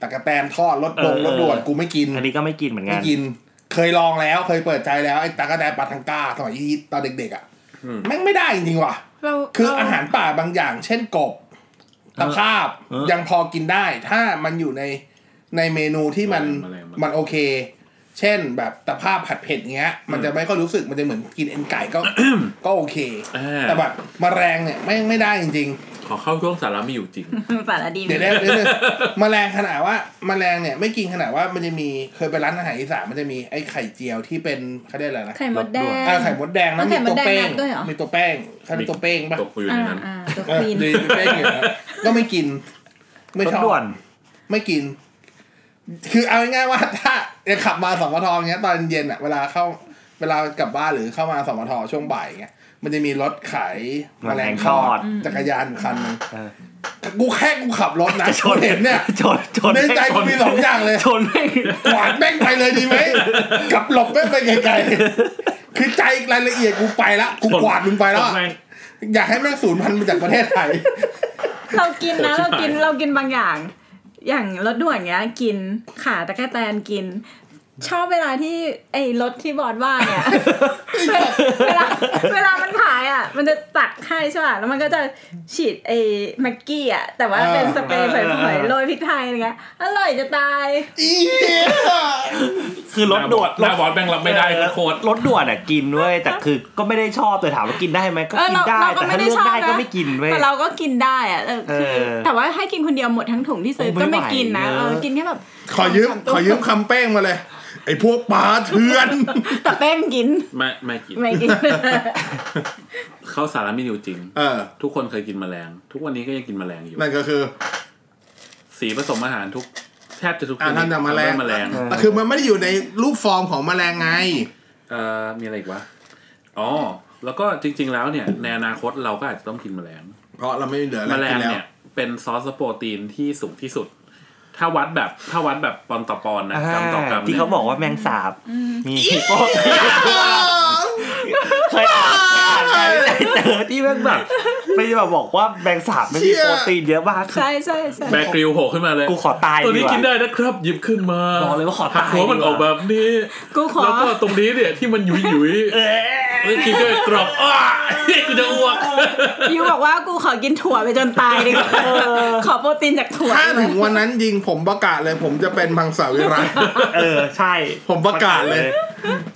ตะกะแตนทอดรสดง
เออ
รสด่วนกูไม่กิน
อันนี้ก็ไม่กินเหมือนกั
ไม่
น
กิน เคยลองแล้วเคยเปิดใจแล้วไอ้ตะกะแตนปาทังก้าสมัยที่ตอนเด็กๆอ่ะ
อืม
แม่งไม่ได้จริงๆว่ะ
เรา
คือ
เ
อาหารป่าบางอย่าง เช่นกบตะภาพ
เออ
ยังพอกินได้ ถ้ามันอยู่ในในเมนูที่มัน
แมลงแมลง
มันโอเค เช่นแบบตะภาพผัดเผ็ดเงี้ย มันจะไม่ค่อยรู้สึกมันจะเหมือนกินเอ็นไก่ก็
[COUGHS]
ก็โอเค
อ่า
แต่แบบมแมลงเนี่ยไม่งไม่ได้จริง
ขอเข้าช่วงสาระไม่อยู่จริง
สารดี
ๆ เดี๋ยวได้เดี๋ยวนึงมแมลงขนาดว่าแมลงเนี่ยไม่กินขนาดว่ามันจะมีเคยไปร้านอาหารอีสานมันจะมีไอ้ไข่เจียวที่เป็นเขาเรียกอะไรนะ
ไข่มดแดง
อ่าไข่มดแดงนะ
เอาไข่
มีตัว
มดแดง
เป้ง
นับด้วยเหรอ
มีตัวแป้งเขามีตัวเป้งปะ
ตกอยู่
อ่า
ในนั้น
อ่าตัว
เอ
ค
อ
วีน
ดีเป้งอยู่นะ [LAUGHS] ก็ไม่กิน ไม่
ร
ช
ส
อบ
ด่วน
ไม่กิน คือเอาง่ายๆว่าถ้า [LAUGHS] ขับมาสมทอย่างเงี้ยตอนเย็นอ่ะเวลาเข้าเวลากลับบ้านหรือเข้ามาสมทช่วงบ่ายอย่างเงี้ยมันจะมีรถขายแมลงทอด
อืม
จักรยานคันหนึง
เออ
กูแค่กูขับรถนะ
จะช
กู
น
เห็นเนี่ย
ชนชน
ในใจกูมีสองอย่างเลย
ชนแม่ง
กวาดแม่งไปเลย
[LAUGHS]
ดีไหมกลับหลบแม่งไปไกลๆคือใจรายละเอียดกูไปละกูกวาดมึงไปแล้ว
ตกม่ง
อยากให้แม่งสูญพันธุ์มาจากประเทศไทย [LAUGHS]
เรากินนะ
โหดชิบหาย
เรากินเรากินบางอย่าง อย่างรถด่วนเงี้ย กินขาตะกั่แตนกิน ชอบเวลาที่ไอ้รถที่บอดว่าเนี่ย [LAUGHS] เวลาเวลาเวลามันขายอ่ะ มันจะตักให้ใช่ป่ะแล้วมันก็จะฉีดไอ้แม็กกี้อ่ะแต่ว่าเป็นสเปรย์
เออเออ
เผ
เอย อ
ๆโรยพริกไทยอะไรเงี้ยอร่อยจะตาย
อีเหี้ย
คือรถด่วน
หน้าบอสแม่งรับไม่ได้
เออ
โคตร
รถด่วนอ่ะกินเว้ยแต่คือก็ไม่ได้ชอบแต่ถามว่ากินได้ไหมก็
เออ
กินได้
เราเราก็
แต่
ไม่
ถ้าเลือก
ได้ชอบ
ได้ก็
นะ
ไม่กินเว้ย
แต่เราก็กินได้อ่ะเออคือ
เออ
แต่ว่าให้กินคนเดียวหมดทั้งถุงที่ซื้อ
โอ้
ก็
ไม่
ไม่
ไหว
กินนะ
เนอะ
เออกินแค่แบบ
ขอยืม
สามตัว
ขอยืมคำแป้งมาเลย ไอ้พวกปลาเถื่อน
แต่แป้งกิน
ไม่ไม่กิน
ไม่กิน [LAUGHS]
เข้าสาระไม่อยู่จริง
เออ
ทุกคนเคยกินแมลง ทุกวันนี้ก็ยังกินแมลงอยู่
นั่นก็คือ
สีผสมอาหารทุกแทบจะทุก
อ่านท่านจากแมลง
แมลง
แต่คือมันไม่ได้อยู่ในรูปฟอร์มของแมลงไง
เอ่อมีอะไรอีกวะอ๋อแล้วก็จริง ๆ แล้วเนี่ยในอนาคตเราก็อาจจะต้องกินแมลง
เพราะเราไม่เหลืออะไร
แมล
กิ
ง
นแล้ว
เนี่ยเป็นซอสโปรตีนที่สูงที่สุด ถ้าวัดแบบถ้าวัดแบบปอนต่อปอนนะกรัมต่อกรัม
ที่
เนี่ย
เขาบอกว่าแมงสาบมี [LAUGHS] ฮิปโปเคยอ่านเคยอ่านไปเจอที่แม่งแบบไม่ได้แบบบอกว่าแมงสาบไม่มีโปรตีนเยอะมากคือ
ใช่ใช่ใช่
แบกริวโผล่ขึ้นมาเลย
กูขอตาย
ตัว
ดี
นี้
ก
กิ
ว่า
นได้นะครับ หยิบขึ้นมา
บอกเลยว่าขอตาย
หักหัวมัน
ดีกว่า
ออกแบบนี้
กูขอ
แล้วก็ตรงนี้เนี่ยที่มันหยุยหยุยๆแล้วกินด้วยกรอบอ้ากูจะอ้วก
ยูบอกว่ากูขอกินถั่วไปจนตายดีกว่าขอโปรตีนจากถั่ว
ถ้าถึงวันนั้นยิงผมประกาศเลยผมจะเป็นมังสวิรัต
เออใช่
ผมประกาศเลย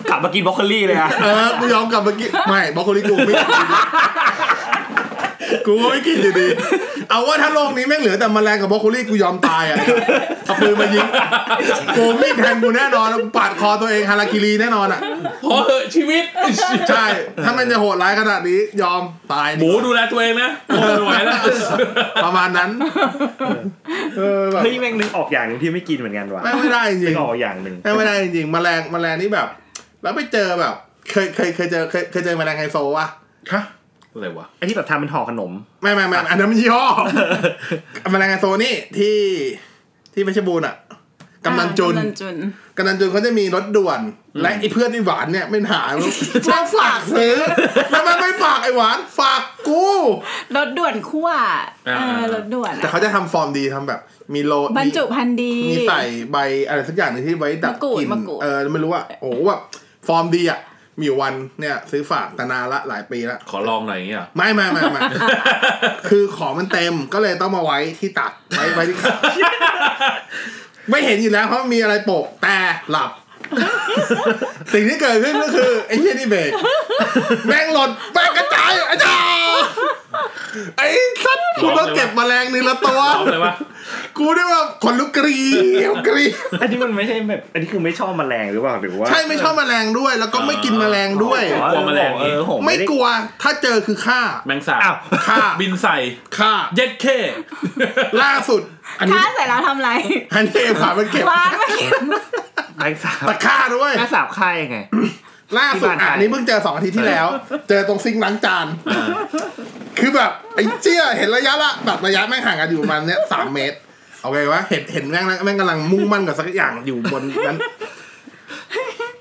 กลับมากินบรอกโคลี่เลยอะ
เออกูยอมกลับมากินไม่บรอกโคลีกูไม่ [LAUGHS] กินกูก็ไม่กินอยู่ดี เอาว่าถ้าโลกนี้แม่งเหลือแต่แมลงกับบรอกโคลีกูยอมตายอ่ะ [LAUGHS] เอาปืนมายิงกูมีดแทงกูแน่นอนแล้วกูปาดคอตัวเองฮาราคิรีแน่นอนอ่ะ
พอเหอะชีวิต
ใช่ ถ้ามันจะโหดร้ายขนาดนี้ ยอมตาย
หมูดูแลตัวเองนะโอ้ยไม่ไหวแล้ว
ประมาณนั้น เออแบบ
เฮ้ยแม่งนึกออกอย่างหนึงที่ไม่กินเหมือนกันว่ะ
ไม่งไม่ได้จ
นึ
ริ
ก
ง
ออกอย่างหนึ่ง
ไม่งไม่ได้จริงแมลงแมลงนี่แบบ แล้วไปเจอแบบ เคยเคยเคยเจอเคยเคยเจอแมลงไฮโซวะ
ฮะ
อะไรวะ
ไอที่แบบทำเป็นห่อขนม
ไม่ไม่ไม่อันนั้นมันยี่ห้อแมลงไฮโซนี่ที่ที่เพชรบูรณ์อ่ะกำนันจุน
กำลังจุน
กำนันจุนเขาจะมีรถด่วน และไอ้เพื่อนไอ้หวานเนี่ยไม่หาชอบฝากซื้อแล้วมันไม่ฝากไอ้หวาน ฝากกู
รถด่วนคั่ว
อ่า
เออรถด่วน
แต่
อะ
เขาจะทำฟอร์มดีทำแบบ มีโล
บรรจุพันธุ์ดี
มีใส่ใบอะไรสักอย่างหนึงที่ไว้ดับ
มะกรูด
กลิ่น
มะกรูด
เออไม่รู้ว่าโอ้โหแบบฟอร์มดีอ่ะ มีอยู่วันเนี่ยซื้อฝากตานานละหลายปีละ
ขอลองหน่อยอย่างเงี้ยเหรอ
ไม่ไม่ไม่
[LAUGHS]
ไม่ คือของมันเต็มก็เลยต้องมาไว้ที่ตักไว้ไว้ที่ขา ไม่เห็นอยู่แล้วเพราะมีอะไรโปะแต่ห
[LAUGHS]
ลับ สิ่งที่เกิดขึ้นก็คือไอ้เหี้ยนี่เบรกแม่งหล่นแม่งกระจายอาจารย์ไอ้สัตว์คุณต้องเก็บแมลงนี่ละตัว
ลองเลยวะ
กูได้ว่าขนลุกกรี๊วกรี๊ว
อันนี้มันไม่ใช่แบบ อันนี้คือไม่ชอบแมลงหรือเปล่าหรือว่า
ใช่ไม่ชอบแมลงด้วย แล้วก็ไม่กินแมลงด้วย
อ๋อกลัวแมลงเออผม
ไม่
ด้
กลัวถ้าเจอคือฆ่า
แมงสา
อ้า
บ
ว
ฆ่า
บินใส่
ฆ่า
เย็ดเข้
ล่าสุด อันนี้
ถ้าใส่แล้วทำอะไร
ฮันเทพามันเก็บ
วางไม่กิน
แมงสาบ
แต่ฆ่าด้วย
แมงสาบไข่ายไง
ล่าสุด
ที่บ้า
อะ
นใคร
อันนี้เพิ่งเจอสองอาทิตย์ที่แล้ว เจอตรงซิงค์ล้างจาน คือแบบไอ้เจี้ยเห็นระยะละแบบระยะแม่งห่างกันอยู่ประมาณเนี้ยสามเมตรเอาไงวะเห็นเห็นแม่งนะแม่งกำลังมุ่งมั่นกับสักอย่างอยู่บนนั้น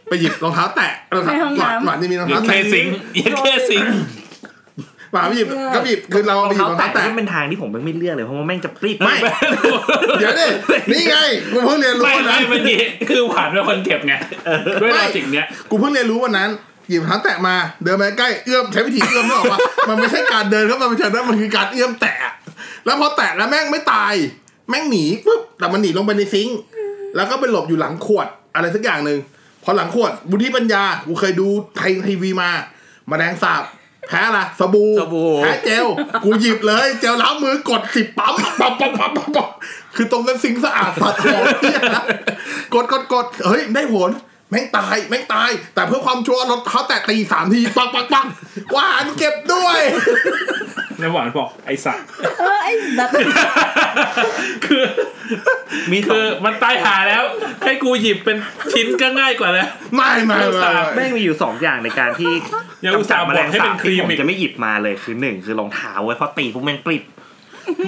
ไปหยิบรองเท้าแตะรองเท้าหวานหวานจะมีรอง
เย็
เท้า
ด
แตะ
เข้สิงเย็ดเข้สิง
หมาไปหยิบก็หยิบคือเรา
รอง
ไปหยิบ
เท้าร
อง
แตะ
เท้าแตะ
นี่เป็นทางที่ผมยังไม่เลือกเลยเพราะว่าแม่งจะปรีบ
ไม่ เดี๋ยวดินี่ไงกูเพิ่งเรียนรู้
ไม่
วัน
ไม่
นั้น
เมื่อกี้คือผ่านเป็นคนเก็บไงด้วยลอจิกเนี้ย
กูเพิ่งเรียนรู้วันนั้น หยิบรองเท้าแตะมาเดินมาใกล้เอื้อมใช้วิธีเอื้อมไม่ออกว่ามันไม่ใช่การเดินเข้ามาเป็นเชิงนั้นมันคือการเอื้อมแตะ แล้วพอแตะแล้วแม่งไม่ตาย แม่งหนีปุ๊บแต่มันหนีลงไปในซิงค์แล้วก็ไปหลบอยู่หลังขวดอะไรสักอย่างหนึ่งพอหลังขวดบุธิปัญญากูเคยดูไทยทีวีมาแมาแรงสาบแพ้ละสบู่
สบู่
แพ้เจลกูหยิบเลยเจลล้างมือกดสิบปั๊มปั๊มปั๊มปั๊มปั๊มปั๊มคือตรงนั้นซิงค์สะอาดสะอาด [LAUGHS] เหียนะกดกดกดเฮ้ยได้ผลแม่งตายแม่งตาย แต่เพื่อความชัวร์รถเขาแตะตีสามทีปังปังปังหวานเก็บด้วย [LAUGHS]
ในหวานบอกไอสัตว์
เออไอ้แบบ
คือ
มีสอ
คื
ง
อมันตายหาแล้ว ให้กูหยิบเป็นชิ้นก็ง่ายกว่าแล้ว
ไม่ไม่ไม่ไม่
แม่งมีอยู่สองอย่างในการที่
อย่าอุตส่าห์บอกให้เป็นครีม
ผ
อี
ม
ก
จะไม่หยิบมาเลยคือหนึ่งคือรองเท้าเว้ยเพราะตีพวกแม่งปรีบ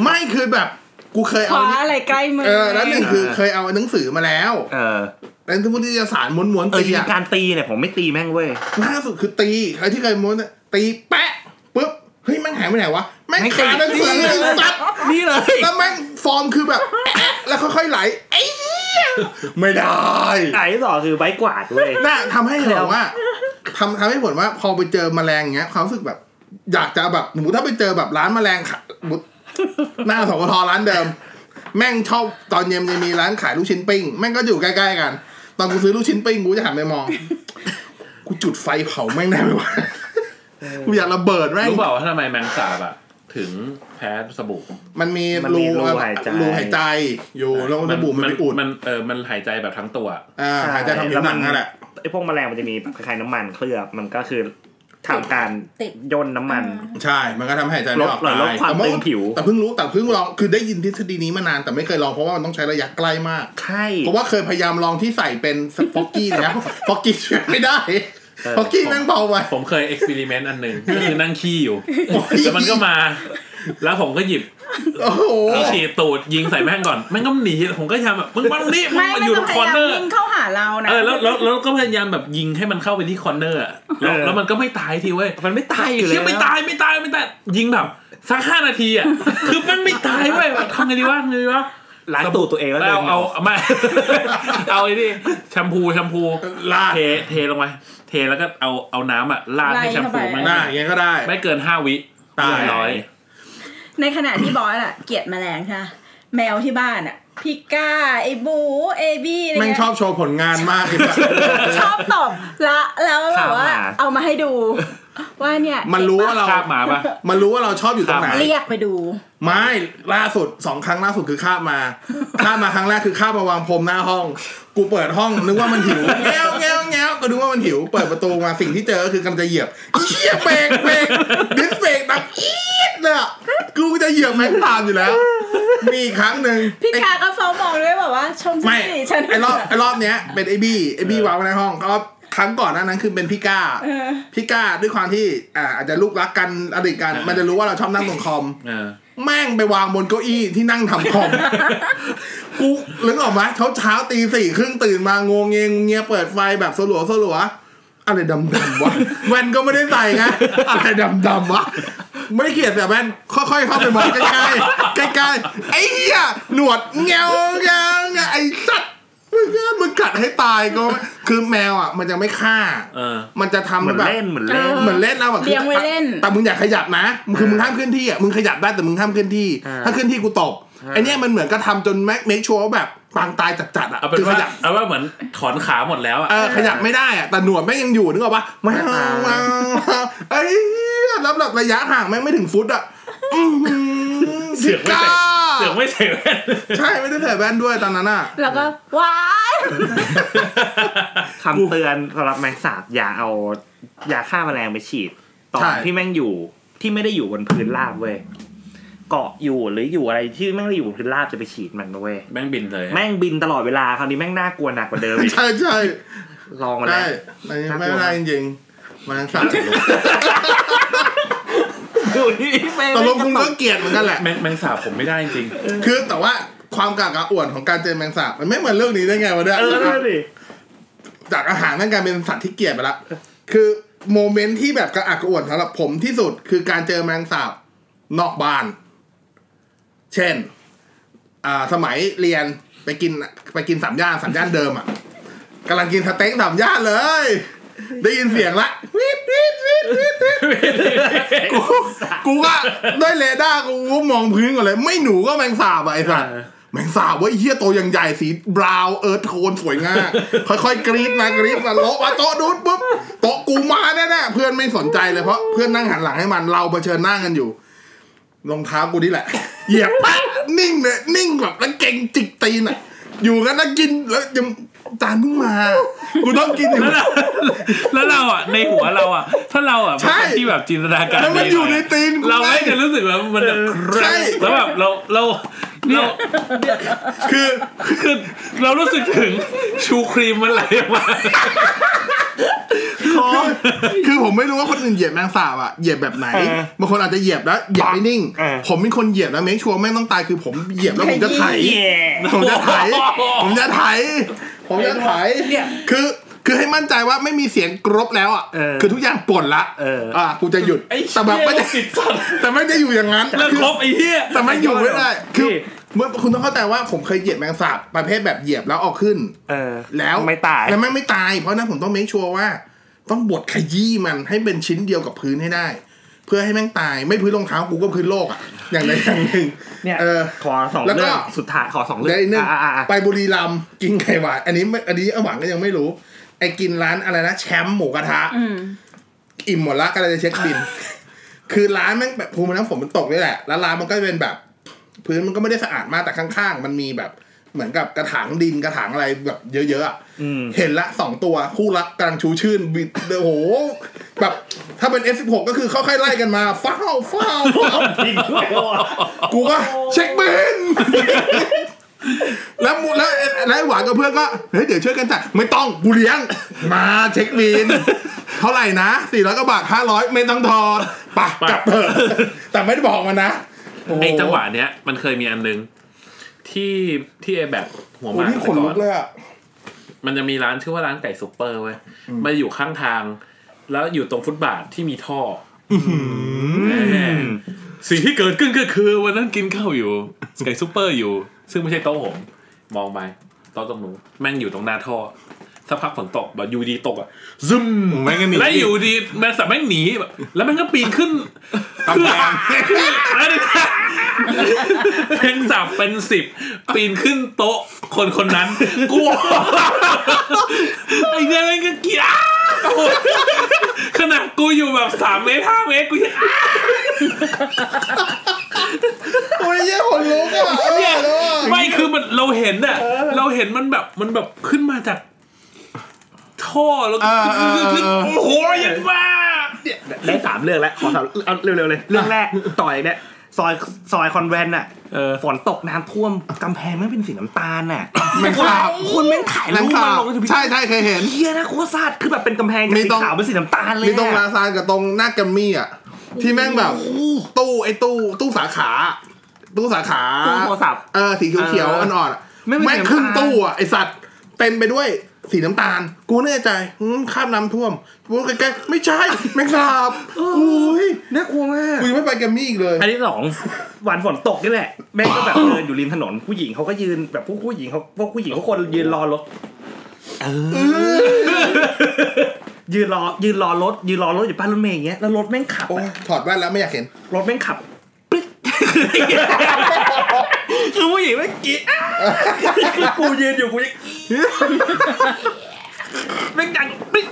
ไม่คือแบบกูเคย
ค
เอา
ว้าอะไรใกล้มือ
เออแล้วหนึ่งคือ
เออ
เคยเอาหนังสือมาแล้ว
เออ
แต่ทุกที่จะสารม้วนม้วน
เอ
ๆ
อ
ตี
จริ
อะ
งๆการตีเนี่ยผมไม่ตีแม่งเว้ย
ล่าสุดคือตีใครที่เคยม้วนอะตีแปะปุ๊บเฮ้ยแม่งหายไปไหนวะแม่ง
แม่ง
ขาหนังสือ
ตี
เลยสัตว์
นี่เลย
แล้วแม่งฟอร์มคือแบบ [COUGHS] แอะแล้วค่อยๆไหลไอ้เหี้ยไม่ได้
ไอ้ต่อคือใบกวาดเว้ย
น่าทำให้เห็นว่าทำทำให้ผลว่าพอไปเจอแมลงอย่างเงี้ยความรู้สึกแบบ อยากจะแบบหนูถ้าไปเจอแบบร้านแมลงขาหมูหน้าสกทร้านเดิม แม่งชอบตอนเย็นจะมีร้านขายลูกชิ้นปิ้ง แม่งก็อยู่ใกล้ๆกัน ตอนกูซื้อลูกชิ้นปิ้งกูจะหันไปมอง กูจุดไฟเผาแม่งได้ไหมวะกูอยากระเบิดแม่ง
รู้เปล่าว่าทำไมแมงสาบอะถึงแพ้สบู่
มันมี
มันมี
รู
รู
อะ
หายใจ
รูหายใจอยู่แล้วระบุมัน
มั
ไปอุด
มันเออมันหายใจแบบทั้งตัว
อ่าหายใจทางผิวหนังนั่นแหละ
ไอ้พวกแมลงมันจะมีแบบคล้ายๆน้ำมันเคลือบมันก็คือทำการ
ติด
ย่นน้ำมัน
ใช่ มันก็ทำให้หายใจไม่ออก
ลดลดความ
แต่
ตึงผิว
แต่เพิ่งรู้แต่เพิ่งลองคือได้ยินทฤษฎีนี้มานานแต่ไม่เคยลองเพราะว่ามันต้องใช้ระยะใกล้มาก
ใช่
เพราะว่าเคยพยายามลองที่ใส่เป็นสป็อกกี้แล้วฟอกกี้ช่วย [LAUGHS] ไม่ได้ฟอกกี้แม่งเบาไป
ผมเคยเอ็กซ์เพร์เมนต์อันหนึ่งก็คือนั่งขี้อยู่
โอ้ย
แล้วมันก็มา แล้วผมก็หยิบ
โอ้โห
ที่ฉีดตูดยิงใส่แม่งก่อนแม่งก็หนีผมก็ทำแบบมึงมันนี่มึง
ไม่
มา
ไม่
อยู่ตร
ต้อง
ง
พ
คอย
าน
เน
ยาม
อร์
วิ่งเข้าหาเรานะ
เออแล้วแล้วแล้วก็พยายามแบบยิงให้มันเข้าไปที่คอร์เนอร์อะแล้วแล้วมันก็ไม่ตายทีเว้ย
มันไม่ตายอยู่เล
เชี่
ย
ยไม่ตายไม่ตายไม่ตายยิงแบบสักห้านาทีอ่ะ คือมันไม่ตายเว้ยทำไงดีวะทำไงดีวะ
ล้างตูดตัวเองแล้ว
แล้วเอา
เอา
เอาไม่ เอาไอ้นี่แชมพูแชมพู
ลาด
เทเทลงไปเทแล้วก็เอาเอาน้ำอ่ะลาดให้แชมพูมัน
หน้าอย่างเงี้ยก็ได้
ไม่เกินห้าวิ
ตาย
เรีบร้อย
ในขณะที่บอสอะเกลียดแมลงค่ะ แมวที่บ้านอะพิก้าไอ้บูเอบี้อะไร
แม่ง
เงี้ย
ชอบโชว์ผลงานมากเลยอะ
ชอบตบละแล้วแบบว่าเอามาให้ดู ว่าเนี่ย
มันรู้ว่าเรา
คาบหมาปะ
มันรู้ว่าเราชอบอยู่ตรงไหน
เรียกไปดู
ไม่ล่าสุดสองครั้งล่าสุดคือข้าบมา [LAUGHS] ข้าบมาครั้งแรกคือข้าบมาวางพรมหน้าห้อง กูเปิดห้องนึกว่ามันหิว [LAUGHS] แง้วแง้วแง้วก็นึกว่ามันหิว เปิดประตูมาสิ่งที่เจอก็คือกำลังจะเหยียบอีเชี่ยเบรกเบรกดิสเบรกดังอีดเนี่ยกูจะเหยียบแม็กซ์ตามอยู่แล้ว มีอีกครั้งหนึ่ง
พี่
ไอ้
กาก็ฟ้องมองด้วยแบบว่าชมฉัน
ไม่
สิฉัน
ไอรอบไอรอบเนี้ยเป็นไอบี้ไอบี้วางไว้ในห้องรอบครั้งก่อนหน้านั้นคือเป็นพี่ก้า
เออ
พี่ก้าด้วยความที่อ่าอาจจะลูกรักกันอดีตกัน
อ่ามั
มันจะรู้ว่าเราชอบนั่งตรงคอม
เออ
แม่งไปวางบนเก้าอี้ที่นั่งทำคอม [LAUGHS] กูนึกออกไหมเช้าเช้าๆตีสี่ครึ่งตื่นมางงเงงงเงียเปิดไฟแบบสลัวสลัวๆอะไรดำๆวะ แว่นก็ไม่ได้ใส่ไงอะไรดำๆวะ ไม่เกลียดแต่แว่นค่อยๆเข้าไปมองใกล้ๆใกล้ๆไอ้เหี้ยหนวดเงี้ยวเงี้ยวเงี้ยวไอ้สัตว์มึงอะมึงกัดให้ตายก็ไม่คือแมวอ่ะ มันจะไม่ฆ่า
เออ
มันจะ
เห
ทำ
มือน
แบบ
เล่นเหมือนเล่น
เหมือนเล่นแล้วอะ
เลี้ยงไว้เล่น
แต่แต่มึงอยากขยับนะมึงคือมึงห้ามเคลื่อนที่อ่ะมึงขยับได้แต่มึงห้ามเคลื่อนที่
อ่า
ถ้าเคลื่อนที่กูตบ
อ่า
ไอเนี้ยมันเหมือนก็ทำจนแม็กเมคชัวร์แบบปางตายจัดๆอ่ะ
เอาเป็น
คือข
ว่า
ยับ
เอาว่าเหมือนถอนขาหมดแล้วอ่ะ
เออขยับไม่ได้อ่ะแต่หนวดแม่งยังอยู่นึกออกปะแมวแมวไอ้เหี้ยรับหลับระยะห่างแม่งไม่ถึงฟุตอ่ะอื้อหือ
เสือกไม่ใส่เสื
สิบก้า
อกไม่ใส่แว่น
ใช่ไม่ได้ใส่แว่นด้วยตอนนั้นอ่ะ
แล้วก็ว้าย
คำเตือนสำหรับแมงสาบอย่าเอายาฆ่าแมลงไปฉีด ตอนที่แม่งอยู่ที่ไม่ได้อยู่บนพื้นราบเว้ยเกาะอยู่หรืออยู่อะไรที่แม่งได้อยู่บนพื้นราบจะไปฉีดมันนะเว้ย
แม่งบินเลย
แม่งบินตลอดเวลาคราวนี้แม่งน่ากลัวหนักกว่าเดิมอีก
ใช่ใช่
ลองมาแล้
ได้
ว
ไม่
น่ากลัว
ไม่ได้จริงๆมันสั่น
ดูนี่แม่ง
ตกลงคุณก็เกลียดเหมือนกันแหละ
แมงแมงสาบผมไม่ได้จริง
คือแต่ว่าความกากกระอ่วนของการเจอแมงสาบมันไม่เหมือนเรื่องนี้ได้ไงวะเนี่ย
เออนั่นดิ
จากอาหารนั่นกลายเป็นสัตว์ที่เกลียดไปละคือ โมเมนต์ที่แบบกระอักกระอ่วนสำหรับผมที่สุดคือการเจอแมงสาบนอกบ้าน เช่น อ่า สมัยเรียนไปกินไปกินสามย่านสามย่านเดิมอ่ะกำลังกินสเต็กสามย่านเลย ได้ยินเสียงละวิดวิดวิดวิดวิดกูกูก็ด้วยเรดาร์กูก็มองพื้นก่อนเลย ไม่หนูก็แมงสาบอ่ะไอ้สัตว์ แมงสาบเว้ยเฮียโตวอย่างใหญ่สีบราวน์เอิร์ธโทนสวยงาม ค่อยๆกรีดมากรีดมาโละมาโต๊ะนู้นปุ๊บโต๊ะกูมาแน่ๆเพื่อนไม่สนใจเลยเพราะเพื่อนนั่งหันหลังให้มันเราเผชิญหน้ากันอยู่รองเท้ากูนี่แหละ เหยียบแป๊ะนิ่งเลยนิ่งแบบแล้วเก่งจิกตีนอ่ะ อยู่กันแล้วกินแล้วยังจานเพิ่งมา กูต้องกินอยู่
แล้วเราแล้วเราอ่ะในหัวเราอ่ะ ถ้าเราอ่ะเป็น
ใช่
คนที่แบบจินตนาการ
แล้วมัน
ดี
อยู่ในตีนกู
เราไม่
ไง
จะรู้สึกว่ามันแบบ
ใช่
แล้วแบบเราเราเรา
คือ
คือเรารู้สึกถึงชูครีมมันไหลออกมา
คือผมไม่รู้ว่าคนอื่นเหยียบแมงสาบอ่ะเหยียบแบบไหน
เออบ
างคนอาจจะเหยียบแล้วเหยียบไม่นิ่ง
เออ
ผมเป็นคนเหยียบแล้วเมคชัวร์แม่งต้องตายคือผมเหยียบแล้วผมจะไถ
เย่
ผมจะไถ ผมจะไถ ผมจะไถ
เนี่ย
คือคือให้มั่นใจว่าไม่มีเสียงกรบแล้วอ่ะ
เออ
คือทุกอย่างปลดละ
เอออ่
อ่ะกูจะหยุด
ไอ้เหี้ย
แต่แบบไม่ได้
ติดสัตว์
แต่ไม่ได้อยู่อย่างนั้น
แล้ว
คือ
ครบไอ้เหี้ย
แต่ไม่อยู่ไม่ได้
พี่
คือเมื่อคุณต้องเข้าใจว่าผมเคยเหยียบแมงสาบประเภทแบบเหยียบแล้วเออกขึ้น
เออ
แล้ว
ไม่ตาย
แล้วไม่งไม่ตาย เพราะฉะนั้นผมต้อง make ชัวร์ว่า ต้องบดขยี้มันให้เป็นชิ้นเดียวกับพื้นให้ได้ เพื่อให้แม่งตายไม่พื้นรองเท้ากูก็พื้นโลกอ่ะ อย่างใดอย่างหนึ่ง
เนี่ย
เออ
ขอสอง
แล้วก็
เรื่องสุดท้ายขอสองเรื่
ได้นึง
อ่ะอ่ะอ่ะ
ไปบุรีรัมย์กินไข่หวานอันนี้ไม่อันนี้อาหวังก็ยังไม่รู้ ไอ้กินร้านอะไรนะแชมป์หมูกระทะ
อืม
อิ่มหมดละก็เลยจะเช็คบิน คือร้านแม่งแบบภูมิน้ำฝนมันตกนี่แหละ แล้วร้านมันก็เป็นแบบ พื้นมันก็ไม่ได้สะอาดมากแต่ข้างๆ มันมีแบบเหมือนกับกระถางดินกระถางอะไรแบบเยอะๆอะ
อืม
เห็นละสองตัวคู่รักกำลังชูชื่น [LAUGHS] บิดโอ้โห แบบถ้าเป็น F16 ก็คือค่อยๆไล่กันมาฟ้าวฟ้าวฟ้าวกูก็เช็คบิน [LAUGHS] แล้วหมูแล้วแล้วไอ้หวานกับเพื่อนก็เฮ้ยเดี๋ยวช่วยกันจ่ายไม่ต้องกูเลี้ยง มาเช็คบิน [LAUGHS] เท่าไหร่นะสี่ร้อยกว่าบาทห้าร้อยไม่ต้องทอนไปะกลับเถ
[LAUGHS]
อะแต่ไม่ได้บอกมันนะโโ
ไอ้จังหวะเนี้ยมันเคยมีอันนึง ที่ที่ไอแบบหัว
โอ้โห
หมาก
นี่ขนลุกเลยอ่ะ
มันจะมีร้านชื่อว่าร้านไก่ซุปเปอร์เว้ยมันอยู่ข้างทาง แล้วอยู่ตรงฟุตบาทที่มีท่ออสิ่งที่เกิดขึ้นก็คือวันนั้นกินข้าวอยู่ ไก่ซุปเปอร์อยู่ ซึ่งไม่ใช่โต๊ะผม มองไปโต๊ะตรงนู้นแม่งอยู่ตรงหน้าท่อสักพักฝนตกแบบอยูดีต [LAUGHS] กอ่ะซึม
แม่งก็หนี
แล้วอยู่ดีแม่งสับแม่งหนีแบบแล้วแม่งก็ปีนขึ้น คือแล้วเนี่ย [LAUGHS] เป็นสับเป็นสิบปีนขึ้นโต๊ะคนคนนั้นกลัวไอ้เงี้ยมันก็เกลียด [LAUGHS] ขนาดกูอยู่แบบสามเมตรห้าเมตรกูยัง
โอ้ยเหี้ยขนลุกอ่ะเออ
เนี่ย
เออ
ไม่คือมันเราเห็นอะเราเห็นมันแบบมันแบบขึ้นมาจากท่อแล้วก็ขึ้นโอ้โหยันว่าเนี่ย
ได้สามเรื่องแล้วขอสามเอาเร็วๆเลยเรื่องแรกต่อยเนี่ยซอยซอยคอนแวนน่ะ
เออ
ฝนตกน้ำท่วมกำแพงไม่งเป็นสีน้ำตาล [LAUGHS] น่ะ
แมงสาบ
คนแม่งถ่าย
แม
รู
ง
ป
สา
มา
บ
ลงในทวิตเตอร์
ใช่ใช่เคยเห็น
เฮียนะโคตรซาดคือแบบเป็นกำแพงจาก
มีต
สี
รง
ขาวเป็นสีน้ำตาลเลย
มีตรงลา
อะ
ซานกับตรงหน้าแกรมมี่อ่ะ ที่แม่งแบบตู้ไอ้ตู้ ตู้สาขา ตู้สาขา
ตู้โทรศัพท์
เออสีเขียวๆ
เออ
อ่อนๆอะ
ไม่เป็น
แม่ง
สีน้ำตา
ค
ล
รึ่งตู้อ่ะไอสัตว์เต็มไปด้วยสีน้ำตาล กูแน่ใจอืมข้ามน้ำท่วมกูใกล้ๆไม่ใช่ แมงสาบอุ้ย
น่ากลัวมาก
กูยังไม่ไปแกรมมี่อีกเลย
อันที่สอง วันฝนตกนี่แหละแม่งก็แบบ เดินอยู่ริมถนนผู้หญิงเขาก็ยืนแบบพวกผู้หญิงเขาพวกผู้หญิงเขาคนยืนรอรถ [LAUGHS] ยืนรอยืนรอรถ ยืนรอรถอยู่ป้ายรถเมย์อย่างเงี้ยแล้วรถแม่งขับ
โอ้
อะ
ถอดแว่นแล้วไม่อยากเห็น
รถแม่งขับปิ๊ด [LAUGHS] คือผู้หญิงแม่งกรีดอ้าคือกูยืนอยู่กูยังกรี๊ดแม่งดังปิ๊ด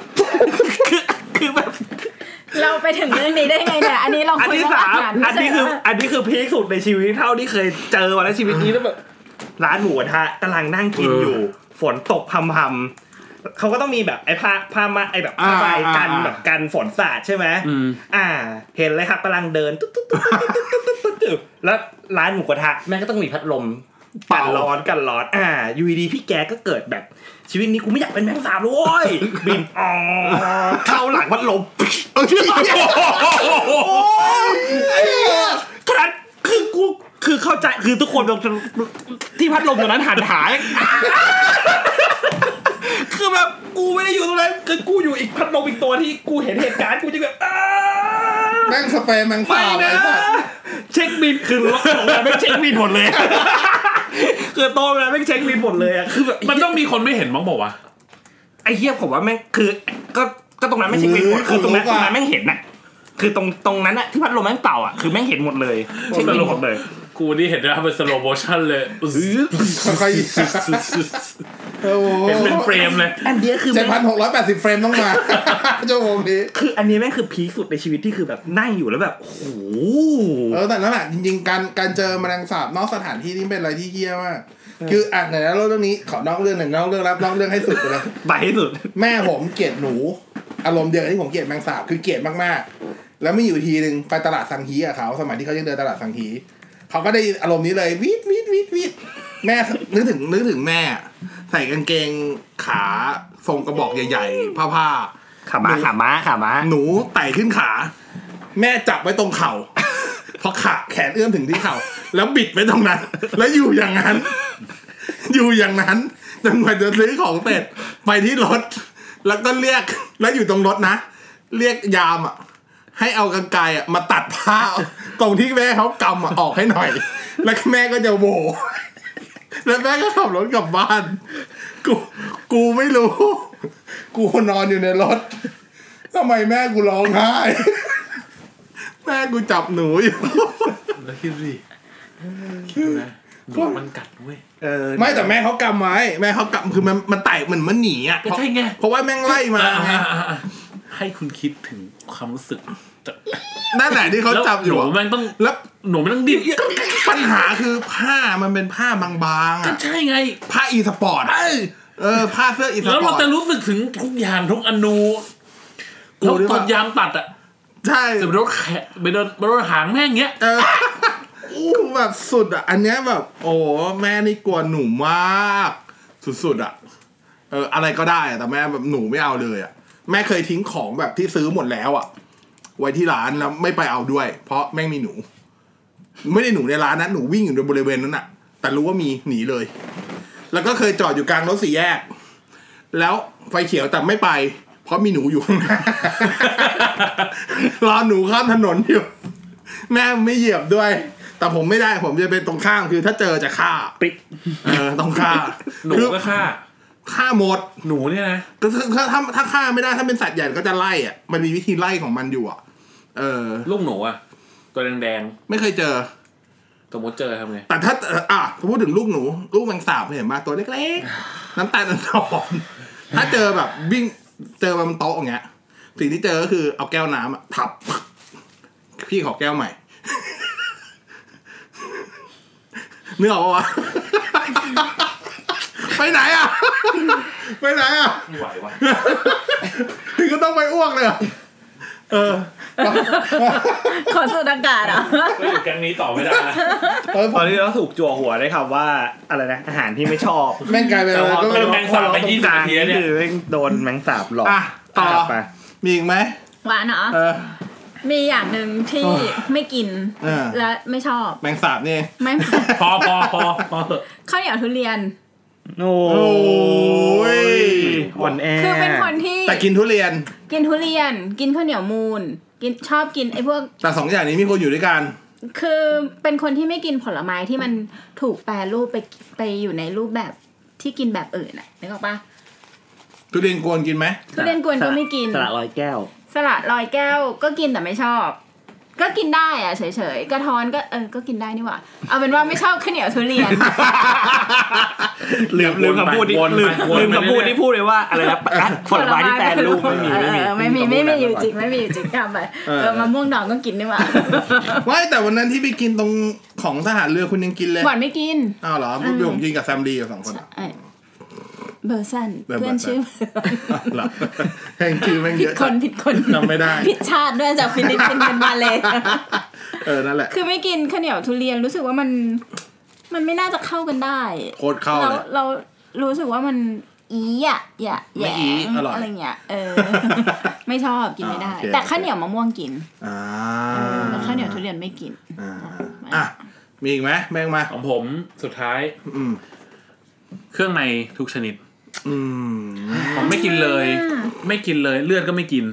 [LAUGHS] คือคือแบบ
เราไปถึงเรื่องนี้ได้ไงเนี่ย อันนี้เรา
อัน
คุย
ที่
เรื่อง
สา
อาม หาร
อันนี้คือ อันนี้คือพีคสุดในชีวิตเท่าที่เคยเจอมาในชีวิตนี้แล้วแบบร้านหมูกระทะกำลังนั่งกิน
เออ
อ
อ
ยู่ ฝนตกพำพำๆเขาก็ต้องมีแบบไอ้ผ้าผ้ามาไอ้แบบผ้าใบ
อ่าอ่า
กัน
อ่า
แบบกันฝนสาดใช่ไหม
อืม
อ่า เห็นเลยครับกำลังเดินตุ๊ดตุ๊ดตุ๊ดตุ๊ดตุ๊ดตุ๊ดตุ๊ดตุ๊ดตุ๊ดแล้วร้านหมูกระทะแม่งก็ต้องมีพัดลมกันร้อนกันร้อน อ่าอยู่ดีๆพี่แกก็เกิดแบบชีวิตนี้กูไม่อยากเป็นแมงสาบเลยเว้ย [LAUGHS] บินอ๋อเข้าหลังพัดลม
[LAUGHS] เอ้ย
ขนาดคือกูคือเข้าใจคือทุกคนที่พัดลมตรงนั้นหันหาย [LAUGHS] คือแบบ กูไม่ได้อยู่ตรงนั้นคือกูอยู่อีกพัดลมอีกตัวที่กูเห็นเหตุการณ์กูจะแบบอ้า
นั่งสเปรย์แมงสา
ไม่
บ
นะ
ไอ้สัตว์
เช็คบินคือรถของมันไม่เช็คบินหมดเลย [LAUGHS] คือโตมาไม่เช็คบินหมดเลยอะคือแบบ
มันต้องมีคนไม่เห็นมั้งบอกว่าวะ
ไอ้เหี้ยผมว่าแม่งคือก็ก็ตรงนั้นไม่เช็คบินหมดคือตรงนั้นตรงนั้นแม่งเห็นน่ะ คือตรงตรงนั้นอะที่พัดลมแม่งเป่าอะคือแม่งเห็นหมดเลยเช็คบินหมดเลย
กูนี่เห็นนะเป็นสโลโมชั่นเลย
ค่อยๆโอ้โห
เห็นเป็นเฟรมเลย
อันเนี้ยคือ
เจ็ด
แม่ง
พันหกร้อยแปดสิบเฟรมต้องมา [LAUGHS] เจ้าของนี้
คืออันนี้แม่งคือพีคสุดในชีวิตที่คือแบบนั่งอยู่แล้วแบบโอ้โห
เออแต่นั่นแหละจริงๆการการเจอแมลงสาบนอกสถานที่นี่เป็นอะไรที่เยี่ยมากคืออ่ะไหนแล้วเรื่องนี้ขอนอกเรื่องหน่อยนอกเรื่องรับนอกเรื่องให้สุดไปเลย
ไปที่สุด
แม่ผมเกลียดหนู อารมณ์เดียวกับที่ผมเกลียดแมงสาบคือเกลียดมากๆ แล้วไม่อยู่ทีหนึ่งไปตลาดสังฮีกับเขาสมัยที่เขายังเดินตลาดสังฮีเขาก็ได้อารมณ์นี้เลยวิดวิดวิดวิดแม่นึกถึงนึกถึงแม่ ใส่กางเกงขาทรงกระบอกใหญ่ๆผ้า
ขามาขามาขามา
ๆหนูไต่ขึ้นขา แม่จับไว้ตรงเข่าเพราะขาแขนเอื้อมถึงที่เข่าแล้วบิดไว้ตรงนั้น แล้วอยู่อย่างนั้น อยู่อย่างนั้นจนกว่าจะซื้อของเสร็จไปที่รถ แล้วก็เรียกแล้วอยู่ตรงรถนะ เรียกยามอ่ะให้เอากางไกรอ่ะมาตัดผ้าตรงที่แม่เขากำอ่ะออกให้หน่อย แล้วแม่ก็จะโบแล้วแม่ก็ขับรถกลับบ้าน กูกูไม่รู้ กูนอนอยู่ในรถทำไมแม่กูร้องไห้แม่กูจับหนูอยู่
แล้วคิดดิมันกัดเว้ย
เออ
ไม่แต่แม่เขากำไว้แม่เขากำคือมันมันไต่เหมือนมันหนีอ่ะ
ก็ใช่ไง
เพราะว่าแม่งไล่มาไง
ให้คุณคิดถึงความรู้สึกจาก
นั่นแหละที่เขาจับอยู่
แล้วหนู
อะ
แม่งต้อง
แล้ว
หนูแม่งต้องดิ้น
ปัญหาคือผ้ามันเป็นผ้าบางๆ
ก็
อะ
ใช่ไง
ผ้าอีสปอร์ตอะเออผ้าเสื้ออีส
แล้ว
ปอ
เรา
ร์ต
จะรู้สึกถึงทุกอย่างทุกอนู
กู
แล้ว
นี่
ต
ว่า
อนยามตัดอ่ะ
ใช่
จะไปโดนแขะไปโดนไปโดนหางแม่งเงี้ย
เอออู้แบบสุดอ่ะ อันเนี้ยแบบ โอ้แม่นี่กลัวหนูมาก สุดๆอ่ะเอออะไรก็ได้อะแต่แม่แบบหนูไม่เอาเลยอ่ะ แม่เคยทิ้งของแบบที่ซื้อหมดแล้วอ่ะ ไว้ที่ร้านแล้วไม่ไปเอาด้วย เพราะแม่งมีหนู ไม่ได้หนูในร้านนะหนูวิ่งอยู่ในบริเวณนั้นน่ะ แต่รู้ว่ามีหนีเลย แล้วก็เคยจอดอยู่กลางรถสี่แยก แล้วไฟเขียวแต่ไม่ไป เพราะมีหนูอยู่ข้างห [LAUGHS] น้า รอหนูข้ามถนนอยู่ แม่ไม่เหยียบด้วย แต่ผมไม่ได้ผมจะเป็นตรงข้ามคือถ้าเจอจะฆ่า
ปิด
เออต้องฆ่า
หนู
คือ
ก็ฆ่า
ฆ่าหมด
หนูเนี่ยนะ
ก็คือถ้าถ้าถ้าฆ่าไม่ได้ถ้าเป็นสัตว์ใหญ่ก็จะไล่อ่ะมันมีวิธีไล่ของมันอยู่อ่ะ เออ
ลูกหนูอ่ะ ตัวแดง
ไม่เคยเจอ
ๆสมมติเจอทำไง
แต่ถ้าอ่ะพูดถึงลูกหนู ลูกแมงสาบเห็นมาตัวเล็กๆ น้ำตาลอ่อนๆถ้าเจอแบบวิ่งเจอบนโต๊ะอย่างเงี้ยสิ่งที่เจอก็คือเอาแก้วน้ำอะทับ พี่ขอแก้วใหม่ นึกออกปะวะ [LAUGHS] ไปไหนอ่ะ ไปไหนอ่ะ
ไม่ไหววะ
ถึงก็ต้องไปอ้วกเลยเหรอเออ
ขอสูดอากาศเหรอ่ะ
ก็อยู่แก๊งนี้ต่อไม่ได้นะ
เออพอ
ตอนนี้เราถูกจั่วหัวได้ครับว่าอะไรนะอาหารที่ไม่ชอบ
แม่งกลายเป็นอะไรก็ไม่
เริ่ม
รู้
แมงสาบไปยี่สิบ
ตร
นาง ที
กลง
แล้วเนี่ย
คือแม่งโดนแมงสาบหลอก
อ่ะต่อ
กลับไป
มีอีกไหม
หวานเหรอ
เออ
มีอย่างหนึ่งที่
โอ้ย
ไม่กิน
เออ
และไม่ชอบ
แมงสาบนี่
ไม่ [LAUGHS]
พอพอพอพอเถอะ
ข้าวเหนียวทุเรียน
โอ้
โอ้ย
อ่อนแอ
คือเป็นคนที่
แต่กินทุเรียน
กินทุเรียน กินข้าวเหนียวมูนกินชอบกินไอ้พวก
แต่สองอย่างนี้มีคนอยู่ด้วยกัน
คือเป็นคนที่ไม่กินผลไม้ที่มันถูกแปรรูปไปไปอยู่ในรูปแบบที่กินแบบอื่นน่ะนึกออกปะ
ทุเรียนกวนกินไหม
ทุเรียนกวนก็ไม่กิน
สละลอยแก้ว
สละลอยแก้วก็กินแต่ไม่ชอบ ก็กินได้อะเฉยๆกระท้อนก็เออก็กินได้นี่หว่าเอาเป็นว่าไม่ชอบข้าวเหนียวทุเรียน
ลืมลืมคำพูดที่
วนไป
ลืม
วนไป
ลืมคำพูดที่พูดเลยว่าอะไรนะปะ [LAUGHS] ผลไม้ที่แปรรูปไม่มี
เอ
ไม่มี
อไม่มีไม่มีอยู่จริงไม่มีอยู่จริงกลับไป
เออ
เออมะม่วงดองก็กินนี่
[LAUGHS]
หว่า
ไม่แต่วันนั้นที่ไปกินตรงของทหารเรือคุณยังกินเลย
หวานไม่กิน
อ้าวเหรอ
อืม
ผมกินกับแซมดีอยู่สองคนอะ
เออเบอร์สัน
เบอร์
เพื่อน
สัน
ชื่อ [LAUGHS]
เหรอแห่งชื่อแม่ง
ผิ
เย
ด
อะ
คนผิดคน
จำไม่ได้
ผิดชาติด้วยจากฟิลิปปินส์เป็นมาเลย
เออ นั่นแหละ
คือไม่กินข้าวเหนียวทุเรียนรู้สึกว่ามัน มันไม่น่าจะเข้ากันได้
โคตรเข้า
เรา
เลย
เรารู้สึกว่ามันอีอะอย่าแห
ไม่
ย่
อีอร่อย
อะไรเงี้ยเอ
[LAUGHS]
อ ไม่ชอบกินไม่ได้
อ่าโอเค
แต่ข้าวเหนียวมะม่วงกิน
อ่า
แต่ข้าวเหนียวทุเรียนไม่กิน
อ่าอ่ะ มีอีกไหมแม่งมา
ของผมสุดท้าย
อืม
เครื่องในทุกชนิด
อืม
ผมไม่กินเลย
อ่า
ไม่กินเลยเลือดก็ไม่กิน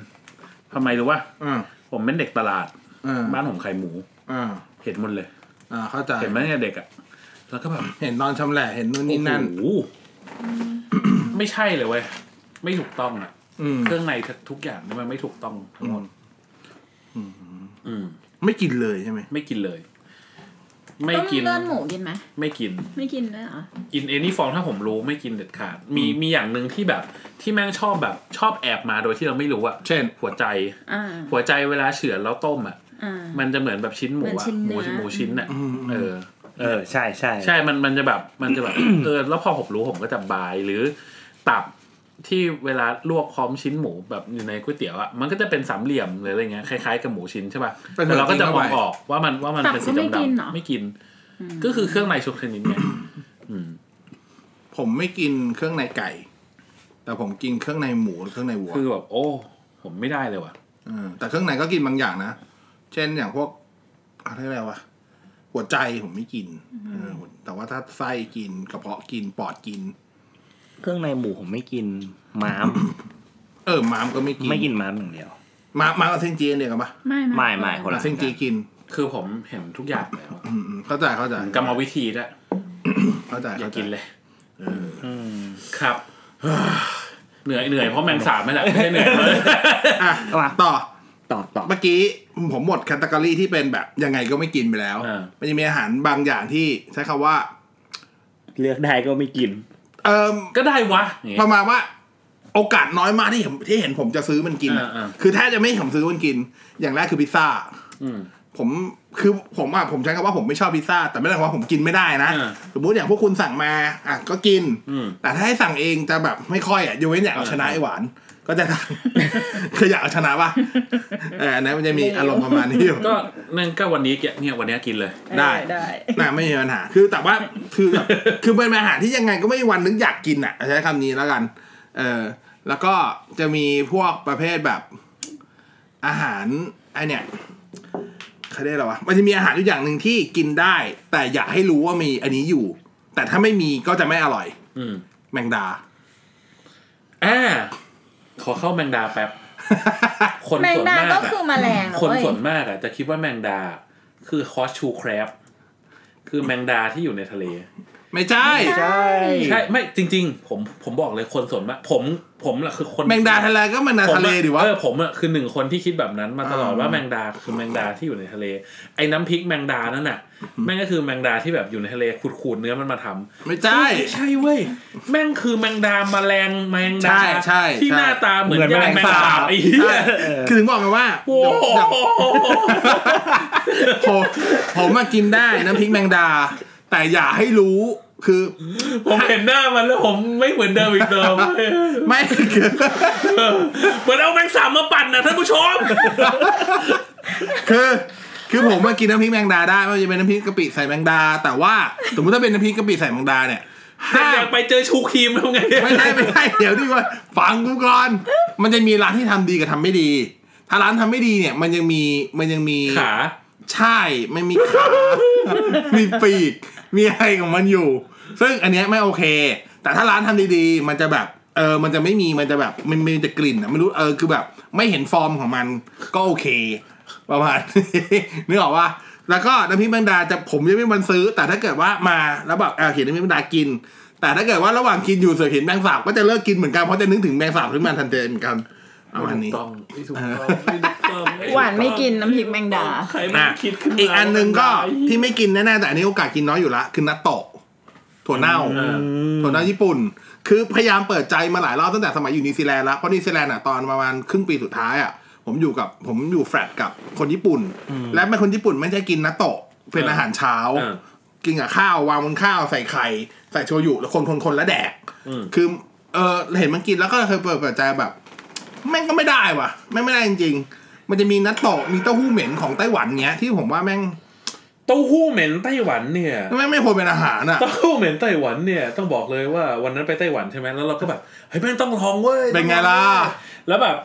ทำไมรู้ว่า
อ่า
ผมเป็นเด็กตลาด
อ่า
บ้านผมขายหมู
อ่า
เห็นหมดเลย
อ่าเข้าใจ
เห็นไหมเนี่ยเด็กอะแล้วก็แบบ
เห็นตอนชำแหละเห็นนู่นนี่นั่น
โอ้โหไม่ใช่เลยเว้ยไม่ถูกต้องอะ
อืม
เครื่องในทุกอย่างมันไม่ถูกต้องทั้งหมดอืม
ไม่กินเลยใช่ไหม
ไม่กินเลย ไม่
ต้ม
กิน
เลือดหมูกินไหม
ไม่กิน
ไม่กินเลยเหรอ
in any form ถ้าผมรู้ไม่กินเด็ดขาด มีมีอย่างหนึ่งที่แบบ ที่แม่งชอบแบบ ชอบแอบมาโดยที่เราไม่รู้อะเช่น หัวใจ
อ่า
หัวใจเวลาเฉือนแล้วต้มอะ
อ่า
มันจะเหมือนแบบชิ้นหมู
เหมือ
อะ
นชิ้น
ห
เนื้
มู
อ
หมูชิ้นอะเออ
เออใช่ใช่
ใช่ มัน มันจะแบบ มันจะแบบ [COUGHS] เออ แล้วพอผมรู้ผมก็จะบาย หรือตับที่เวลาลวกพร้อมชิ้นหมูแบบอยู่ในก๋วยเตี๋ยวอะมันก็จะเป็นสามเหลี่ยมหรืออะไรเงี้ย คล้ายๆกับหมูชิ้นใช่ป่ะ แต่เราก็จะมองออกว่ามัน ว่ามันเป็นสี
ตับก็ไม่กินเหร
ดำ
อ
ๆไม่กิน ก็คือเครื่องในชุกชนิดเนี่ย [COUGHS]
ผมไม่กินเครื่องในไก่ แต่ผมกินเครื่องในหมูหรือเครื่องในวัว
คือแบบ โอ้ ผมไม่ได้เลยว่ะ
เออแต่เครื่องในก็กินบางอย่างนะ เช่นอย่างพวกอะไรอะไรวะหัวใจผมไม่กินเออแต่ว่าถ้าไส้กินกระเพาะกินปอดกิน
เครื่องในหมูผมไม่กินม้าม [COUGHS]
เออม้ามก็ไม่กิน
ไม่กินม้ามอย่างเดียว
ม้ามม้ามกับเส้นจีนเดียวกันปะ
ไม่
ไม่ไม่คนละ
เส้นจีกิน
คือผมเห็นทุกอย่างแล้ว
อืมอืมเข้าใจเข้าใจ
กรรมวิธีด้วย
เข้าใจ
อย่า
เข้าใจ
กินเลย ครับ [SIGHS] เหนื่อยเหนื่อยเพราะแมงสาบไม่แหละไม่ใช่เหนื่อย [LAUGHS] เพราะ
อ่ะ
เอามา
ต่อ
ต่อต่อ
เมื่อกี้ผมหมดแคตตากรีที่เป็นแบบยังไงก็ไม่กินไปแล้ว
อ่ามั
มันจะมีอาหารบางอย่างที่ใช้คำว่า
เลือกได้ก็ไม่กิน
เอ่ม
ก็ได้วะอย่างเงี้ย
ประมาณว่า โอกาสน้อยมากที่เห็นที่เห็นผมจะซื้อมันกิน
อ่าอ่า
คือแทบจะไม่เห็นผมซื้อมันกิน อย่างแรกคือพิซซ่า
อืม
ผมคือผมอ่ะผมใช้คำว่าผมไม่ชอบพิซซ่า แต่ไม่ได้หมายความว่าผมกินไม่ได้นะ
อ่า
สมมติอย่างพวกคุณสั่งมาอ่ะก็กิน
อืม
แต่ถ้าให้สั่งเองจะแบบไม่ค่อยอ่ะยกเว้นอยากเอาชนะไอหวาน ก็จะสั่ง [LAUGHS] คืออยากเอาชนะป่ะเอออันนั้นมันจะมีอารมณ์ประมาณนี้อยู่
ก็นั่นก็วันนี้เกะเนี่ยวันนี้กินเลย
ได้
ได้
น่ะไม่มีปัญหา คือแต่ว่าคือแบบ คือเป็นอาหารที่ยังไงก็ไม่มีวันนึกอยากกินอ่ะ ใช้คำนี้แล้วกัน เออ แล้วก็จะมีพวกประเภทแบบอาหารไอเนี่ยเขาเรียกอะไรวะ มันจะมีอาหารอยู่อย่างหนึ่งที่กินได้ แต่อยากให้รู้ว่ามีอันนี้อยู่ แต่ถ้าไม่มีก็จะไม่อร่อย
อืม
แมงดา
อ่าขอเข้าแมงดาแป๊
[LAUGHS]
บ คน
แมง
ส่ว
ดาม
นาก
ก็
อะ
คือแมลงเหรอ
คน
เว้ย
ส่วนมากอะจะคิดว่าแมงดา คือคอสชูแครบคือแมงดาที่อยู่ในทะเล
ไม่ใช่
ใช่
ใช่ไม่จริง ๆ ผมผมบอกเลยคนส่วนมากผมผมแหละคือคน
แมงดาทะเลก็มันน่ะ
ผมอ
ทะเลดิวะ
เออผมอะคือหนึ่งคนที่คิดแบบนั้นมาตลอด
อ่า
ว่าแมงดาคือแมงดาที่อยู่ในทะเล ไอ้น้ำพริกแมงดานั่นน่ะแม่งก็คือแมงดาที่แบบอยู่ในทะเลขูดๆเนื้อมันมาทำ
ไม่ใช่
ไม่ใช่เว้ย แม่งคือแมงดาแมลงแมงดา
ใช่ใช่
ที่
ใช่
หน้าตาเหมือน
เหมือน
ย่าง
แม
แม
ลง
ง
สา
สา
บ
บไอ้เหี้ย
คือถึงบอกไงว่า
โอ้โห
อย่าง [LAUGHS] ผมผมมากินได้น้ำพริกแมงดา แต่อย่าให้รู้คือ
ผมเห็นหน้ามันแล้วผมไม่เหมือนเดิมอีกเดิม [LAUGHS] เว้ย
ไม่คือ
เหมือนเอาแมงสาบมาปั่นนะท่านผู้ชม
คือคือผมมากินน้ำพริกแมงดาได้ไม่ว่าจะเป็นน้ำพริกกะปิใส่แมงดา แต่ว่าสมมติถ้าเป็นน้ำพริกกะปิใส่แมงดาเนี่ยห้า
อยามกไปเจอชูครีมทำไงเนี่ย
ไม่ใช่ไม่ใช่เดี๋ยวดีกว่าฟังกูก่อนมันจะมีร้านที่ทำดีกับทำไม่ดี ถ้าร้านทำไม่ดีเนี่ย มันยังมีมันยังมี
ขา
ใช่ไม่มีขา [LAUGHS] มีปีก มีอะไรของมันอยู่ ซึ่งอันเนี้ยไม่โอเค แต่ถ้าร้านทำดีๆ มันจะแบบ เออ มันจะไม่มี มันจะแบบ มันมีแต่กลิ่นอะไม่รู้ เออ คือแบบ ไม่เห็นฟอร์มของมัน ก็โอเค ประมาณ [LAUGHS] นี้ นึกออกว่า แล้วก็น้ำพริกแมงดาจะผมยังไม่มันซื้อ แต่ถ้าเกิดว่ามาแล้วแบบเออเห็นน้ำพริกแมงดากิน แต่ถ้าเกิดว่าระหว่างกินอยู่เสือเห็นแมงสาบก็จะเลิกกินเหมือนกัน เพราะจะนึกถึงแมงสาบขึ้นมาทันทีเหมือนกัน ประมาณนี้
ต้องไม่ถูกต้องไม่ถูกต้อง
หวานไม่กินน้ำพริกแมงดา
ใครมันคิดขึ้นมา
อีกอันหนึ่งก็ที่ไม่กินแน่ๆแต่อันนี้โอกาสกินน้อยอยู่ละคือนัตโตะถั่วเน่าถั่วเน่าญี่ปุ่น คือพยายามเปิดใจมาหลายรอบตั้งแต่สมัยอยู่นิวซีแลนด์แล้วเพราะนิวซีแลนด์อ่ะตอนประมาณครึ่งปีสุดท้ายอ่ะผมอยู่กับผมอยู่แฟลตกับคนญี่ปุ่น และเป็นคนญี่ปุ่นไม่ใช่กินนัตโตะเป็นอาหารเช้า
อ่า
กินกับข้าววางบนข้าวใส่ไข่ใส่โชยุแล้วคนคนคนแล้วแดก
อืม
คือเออเห็นมันกินแล้วก็เคยเปิดเปิดใจแบบ แม่งก็ไม่ได้ว่ะแม่งไม่ได้จริงๆ มันจะมีนัตโตะมีเต้าหู้เหม็นของไต้หวันเนี้ย ที่ผมว่าแม่ง
เต้าหู้เหม็นไต้หวันเนี่ย
แม่งไม่ควรเป็นอาหารอ่ะ
[LAUGHS] เต้าหู้เหม็นไต้หวันเนี่ยต้องบอกเลยว่าวันนั้นไปไต้หวันใช่ไหมแล้วเราก็แบบเฮ้ยแม่งต้องลองเว้ย
เป็นไงล่ะ
แล้วแบบ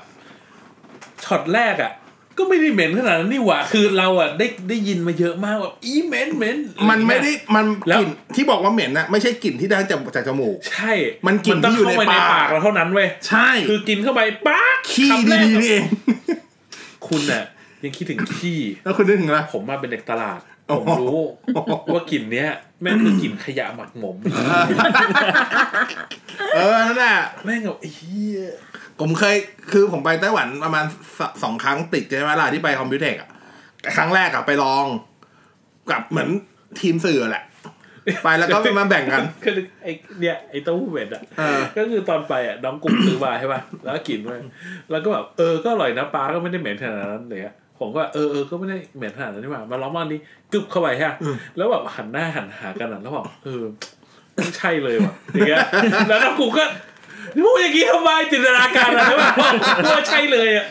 ช็อตแรกอะ ก็ไม่ได้เหม็นขนาดนั้นนี่หว่า คือเราอ่ะได้ได้ยินมาเยอะมากว่าอีเหม็นเหม็น
มันไม่ได้มัน
แล้
ก
ว
ลิ่นที่บอกว่าเหม็นนะไม่ใช่กลิ่นที่ได้จากจากจมูก
ใช่
มันกลิ่น
ต้อง
ที่อยู่
เข้าไป
ใน
ใน
ปาก
ปากเราเท่านั้นเว้ย
ใช่
คือกินเข้าไปป๊าก
ขี้
คำแรก
ดีๆนี่เอง
คุณน่ะยังคิดถึงขี้
แล้วคุณนึกถึงอะไร
ผมมาเป็นเด็กตลาด
อ๋อ
ผมรู้ว่ากลิ่นเนี้ย แม่งคือกลิ่นขยะหมักหมม
เออนั่นแหละ
แม่งแบบไอ้เฮีย
ผมเคยคือผมไปไต้หวันประมาณสสองครั้งติดใช่ไหมล่ะที่ไปคอมพิวเทคอะครั้งแรกอะไปลองกับเหมือนทีมสื่อแหละ ไปแล้วก็มาแบ่งกัน
คือไอ้เนี่ยไอ้เต้าหู้เหม็ดอ่ะ
เออ
[LAUGHS] ก็คือตอนไปอ่ะน้องกลุ่มซื้อมาใช่ป่ะแล้วกินไปแล้วก็แบบเออก็อร่อยนะปลาก็ไม่ได้เหม็นขนาดนั้นเลยอะผมก็แบบเออเออก็ไม่ได้เหม็นขนาดนั้นนี่หว่ามาล้อมบ้านนี้กึบเข้าไปฮะแล้วแบบหันหน้าหันหากันอะแล้วบอกเออไม่ใช่เลยว่ะอย่างเงี้ยแล้วน้องกลุ่มก็พูดอย่างนี้ทำไมจินตนาการอะไรวะว่าใช่เลยอ่ะ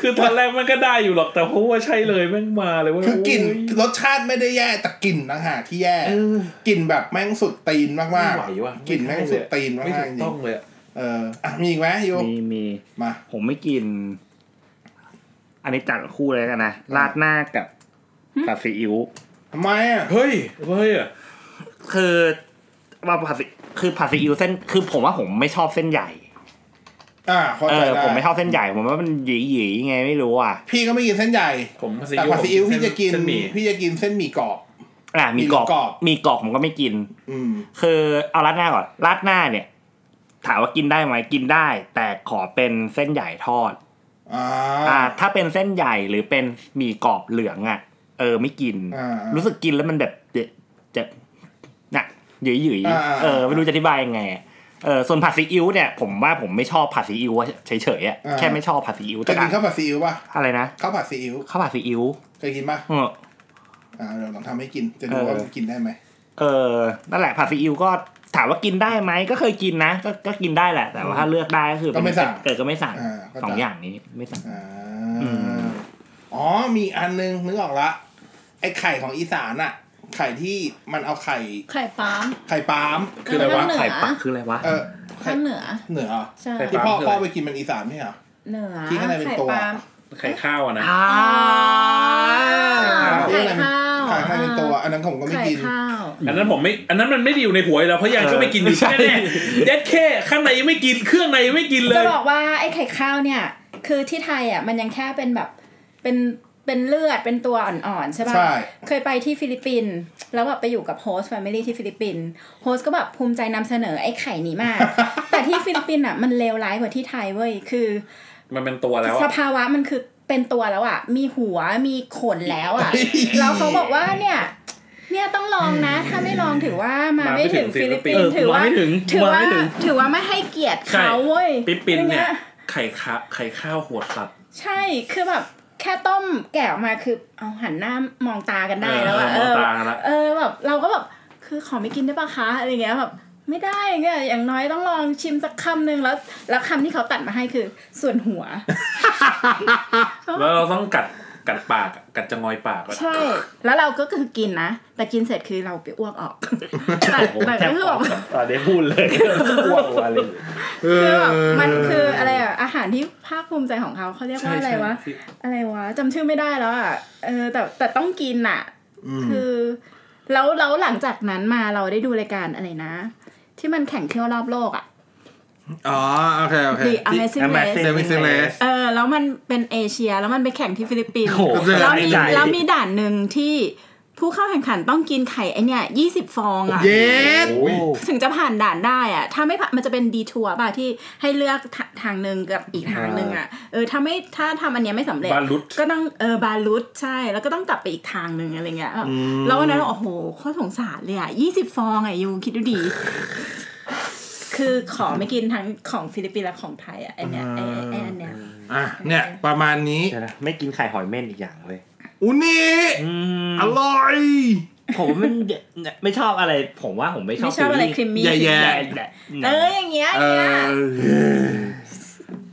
คือตอนแรกมันก็ได้อยู่หรอกแต่เพราะว่าใช่เลยแม่งมาเลยเว่า
คือกลิ่นรสชาติไม่ได้แย่แต่กลิ่นต่างหากที่แย่
เออ
กลิ่นแบบแม่งสุดตีนมาก
ไม่
ๆ
ไหวว่ะ
กลิ่นแม่งสุดตีนมา
ไม่
กๆจ
ถูก
ริ
ต้อง
ง
เลยอะ
เอออ่ะมีอีกไหมโย
มีมี
มา
ผมไม่กิน อันนี้จัดคู่เลยกันนะราดหน้ากับผัดซีอิ๊ว
ทำไมอ่ะ
เฮ้ยเฮ้ยอะ
คือว่าผัดซีคือผัดซีอิ๊วเส้นคือผมว่าผมไม่ชอบเส้นใหญ่
อ่าเข้า
เอ
ใจ
อ
ได้
ผมไม่ชอบเส้นใหญ่ผมว่ามันหยีหยีๆยังไงไม่รู้อ่ะ
พี่ก็ไม่กินเส้นใหญ่
ผมผัดซี
แต่
อิ๊ว
ผัดซีอิ๊วพี่จะกิน
เส้นหมี่
พี่จะกินเส้นหมี่กรอบ
อ่ะมี
มี
กรอบ
กรอบ
มีกรอบผมก็ไม่กิน
อืม
คือเอาราดหน้าก่อนราดหน้าเนี่ย ถามว่ากินได้ไหมกินได้ แต่ขอเป็นเส้นใหญ่ทอด
อ่า
อ่า ถ้าเป็นเส้นใหญ่หรือเป็นหมีกรอบเหลืองอ่ะ เออไม่กิน
อ่าอ่ารู้
รู้สึกกินแล้วมันแบบเจ็บเจ็บน่ะหยืยหยืย
อ่าอ่า
เออไม่รู้จะอธิบายยังไงอะเออส่วนผัดซีอิ๊วเนี่ย ผมว่าผมไม่ชอบผัดซีอิ๊วอะเฉยๆอ่ะแค่ไม่ชอบผัดซีอิ๊ว
เค
แต่
ยกินข้าวผัดซีอิ๊วป่ะ
อะไรนะ
ข้าวผัดซีอิ๊ว
ข้าวผัดซีอิ๊ว
เคยกินป่ะ
เออ
อ่าเดี๋ยวลองทำให้กินจะดู
เออ
ว่ามันกินได้ไหม
เออนั่นแหละผัดซีอิ๊วก็ถามว่ากินได้ไหมก็เคยกินนะก็ก็กินได้แหละ แต่ว่าถ้าเลือกได้ก็คือ
ก็ไม่สั่ง
เกิดก็ไม่สั่ง
อ่าก็
สอง
จะ
อย่างนี้ไม่สั่ง
อ่า
อืม
อ๋อมีอันนึงนึกออกละไอ้ไข่ของอีสานอะไข่ที่มันเอาไข่
ไข่ปั๊ม
ไข่ปาล์ม
คืออะไรวะ
ไข่ปักคืออะไรวะ
เออไข่
ภาคเหนือ
เหนือเหรอ
ใช่
ที่พ่อ
ไข่ปาล์
พ่อ
มคืออะไร
ไปกินมันอีสานไม่ใช่เหรอ
เหนือ
ที่ข้างในเป็นตัว
ไข่ปั๊ม
ไข่ข้าวอะนะ
อ่า
า
ที่
ไข่
อะไรมัน
ข้าว
ไข่ข้างในเป็นตัวอันนั้นผมก็ไม่
ไข่
กิน
ข้าว
อันนั้นผมไม่ อันนั้นมันไม่ได้อยู่ในหัวอยู่แล้วเพราะยังก็ไม่กินอยู่
เออใช่
แน่แน่ๆยัดแค่ข้างในยังไม่กินเครื่องในยังไม่กินเล
จะ
ย
บอกว่าไอ้ไข่ข้าวเนี่ย คือที่ไทยอ่ะมันยังแค่เป็นแบบเป็นเป็นเลือดเป็นตัวอ่อนๆใช่ป่ะ
ใช่
เคยไปที่ฟิลิปปินส์แล้วแบบไปอยู่กับโฮสต์แฟมิลี่ที่ฟิลิปปินส์โฮสต์ก็แบบภูมิใจนำเสนอไอ้ไข่นี้
[LAUGHS]
มาก แต่ที่ฟิลิปปินส์อ่ะมันเลวร้ายกว่าที่ไทยเว้ยคือ
มันเป็นตัวแล้ว
ส
อะ
ภาวะมันคือเป็นตัวแล้วอ่ะ มีหัว มีขนแล้วอ่ะ แล้วเขาบอกว่าเนี่ย เนี่ยต้องลองนะ ถ้าไม่ลองถือว่ามาไม่ถึงฟิลิปปินส์ถือว่า
มาไม่ถึง
ถือ
มา
ว่า
ไม่ถึง
ถือว่าไม่ให้เกียรติเขาเว้ย
ปิ๊บปิน
อาง
เนี่
งี้
ย ไข่ข้าไข่ข้าวหัวสัตว์
ใช่ คือแบบแค่ต้มแกะออกมาคือเอาหันหน้ามองตากันได้แล้วอ่ะ
เออมองตากันละ
เออแบบเราก็แบบคือขอไม่กินได้ปะคะอะไรเงี้ยแบบไม่ได้เงี้ยอย่างน้อยต้องลองชิมสักคำหนึ่งแล้ว แล้วคำที่เขาตัดมาให้คือส่วนหัว
แล้วเราต้องกัดกัดปากอะกัดจะงอยปากอะ
ใช่ แล้วเราก็คือกินนะ แต่กินเสร็จคือเราไปอ้วกออกแต่แต่ก็คือแบบ
[LAUGHS] ตอนนี้พูดเลยอ้วกมาเลย
เอ
คือ
อ
แบบมันคืออะไรอะอาหารที่ภาคภูมิใจของเขาเขาเรียกว่าอะไรวะ
ที่
อะไรวะจำชื่อไม่ได้แล้วอะเออ แต่แต่ต้องกินอะคือ แล้วแล้วหลังจากนั้นมาเราได้ดูรายการอะไรนะ ที่มันแข่งเที่ยวรอบโลกอะ
อ๋อโอเคโอเค
The Amazing Race
Amazing
เซมิเซเลส
เออแล้วมันเป็นเอเชียแล้วมันไปแข่งที่ฟิลิปปินส์
โอ้โห
แล้วมี
ใหญ่
แล้วมีด่านหนึ่งที่ผู้เข้าแข่งขันต้องกินไข่ไอเนี่ยยี่สิบฟองอะ
เยส
โอ้ย
ถึงจะผ่านด่านได้อะถ้าไม่ผ่านมันจะเป็นดีทัวร์ป่ะที่ให้เลือกทาทางหนึ่งกับอีกทางหนึ่งอะเออถ้าไม่ถ้าทำอันเนี้ยไม่สำเร็จ
บาลุต
ก็ต้องเออบาลุตใช่ แล้วก็ต้องกลับไปอีกทางหนึ่งอะไรเงี้ยแบบแล้ววันนั้นเราโอ้โหโคตรสงสารเลยอะยี่สิบฟองอะยูคิด [LAUGHS] ดูดี คือขอไม่กินทั้งของฟิลิปปินส์และของไทยอะไอเนี้ยไอไอ้ไออันเนี้ย
อ่ะเนี่ยประมาณนี้
เดี๋ยวนะไม่กินไข่หอยเม่นอีกอย่างเลย
อุนี่ อร่อย
ผมมันไม่ชอบอะไร ผมว่าผมไม่ชอบ
ไม่ชอบอะไรครีมมี่
ใหญ่
แย่
เอออย่างเงี้ยอย่างเงี้ย
เออ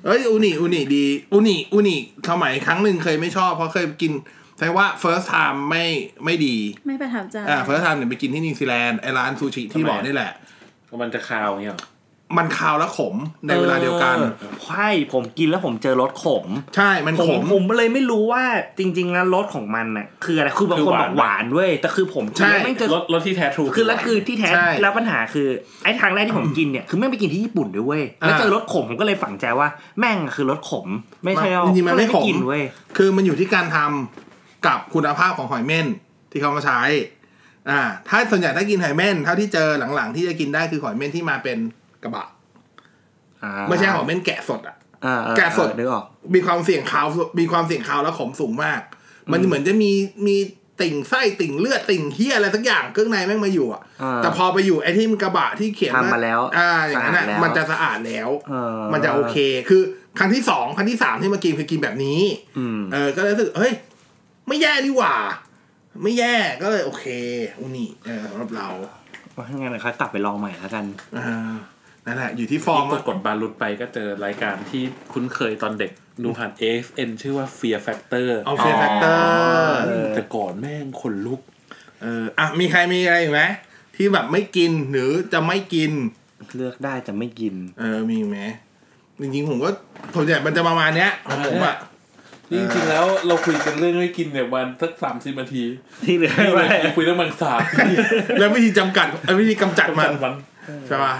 เอ้ยอูนิอูนิดีอูนิอูนิสมัยครั้งหนึ่งเคยไม่ชอบเพราะเคยกินแต่ว่า first time ไม่ไม่ดี
ไม่ประทับใจ
อ่า first time เนี่ยไปกินที่นิวซีแลนด์ไอร้านซูชิที่บอกนี่แหละ
มันจะคาวอย่างเงี้ยหรอ
มันคาวและขมในเวลาเดียวกัน
ออใช่ผมกินแล้วผมเจอรสขม
ใช่มัน
ผ
ข
ม
ม
ผมเลยไม่รู้ว่าจริงๆแล้วรสของมันน่ะคืออะไรคือบาง
คือ
คนบ
หวา
อน กหวานเว้ยแต่คือผมกินแล้ว
ใช่
ไม่งเจอ
รถรถที่แท้ทรู
คือแล้วคือที่แท้
ใช่
แล้วปัญหาคือไอ้ทางแรกที่ผมกินเนี่ยคือแม่งไปกินที่ญี่ปุ่นด้วยเว้ยแล้ว
อ่า
เจอรสขมผมก็เลยฝังใจว่าแม่งคือรสขม ไม่ใช่
มันจริงๆมันไม่
ก็เลย
ขม
กินเว้ย
คือมันอยู่ที่การทำกับคุณภาพของหอยเม่นที่เขามาใช้ อ่า ถ้าส่วนใหญ่ถ้ากินหอยเม่นเท่าที่เจอหลังๆที่จะกินได้คือหอยเม่นที่มาเป็นกระบะ
อ่า
ไม่ใช่หอยเม่นแกะสดอ่ะ
อ่าอ่า
แกะสด
เออนึกออก
มีความเสี่ยงคาวมีความเสี่ยงคาวและขมสูงมาก มันเหมือนจะมีมีติ่งไส้ติ่งเลือดติ่งเฮียอะไรสักอย่างเครื่องในแม่งมาอยู่อะ
อ่า
แต่พอไปอยู่ไอ้ที่มันกระบะที่เขียน
ทำมาแล้ว
อ่าอย่างนั้นอะ
สะอาดแล้
มั
ว
นจะสะอาดแล้ว
เออ
มันจะโอเค คือครั้งที่สองครั้งที่สามที่มากินคือกินแบบนี้
อืม
เออ ก็เลยรู้สึกเฮ้ย ไม่แย่นี่หว่า ไม่แย่ ก็เลยโอเค อุนี่ เออสำหรับเรา
ว่างั้นเดี๋ยวเขากลับไปลองใหม่แล้วกัน
อ่านั่นแหละ อยู่ที่ฟอร์ม
ที่กดบารุดไปก็เจอรายการที่คุ้นเคยตอนเด็กดูผ่าน AFN ชื่อว่า Fear Factor
เอาเฟรแฟกเตอร์
เออ
แต่ก่อนแม่งขนลุก
เออ อ่ะ มีใครมีอะไรอีกไหมที่แบบไม่กินหรือจะไม่กิน
เลือกได้จะไม่กิน
เออ มีไหมจริงๆ ผมก็ผมจะมันจะประมาณเนี้ยของผมอ่ะ
จริงๆแล้วเราคุยกันเรื่องไม่กินเนี่ยวันสักสามสิบนาที
ที่เหลือ
ไม่
ไม่
เลยคุยเรื่องมันสาบ
แล้ววิธีจำกัดเอ้ยวิธีกำจัดมัน
มัน
ใช่ป่ะ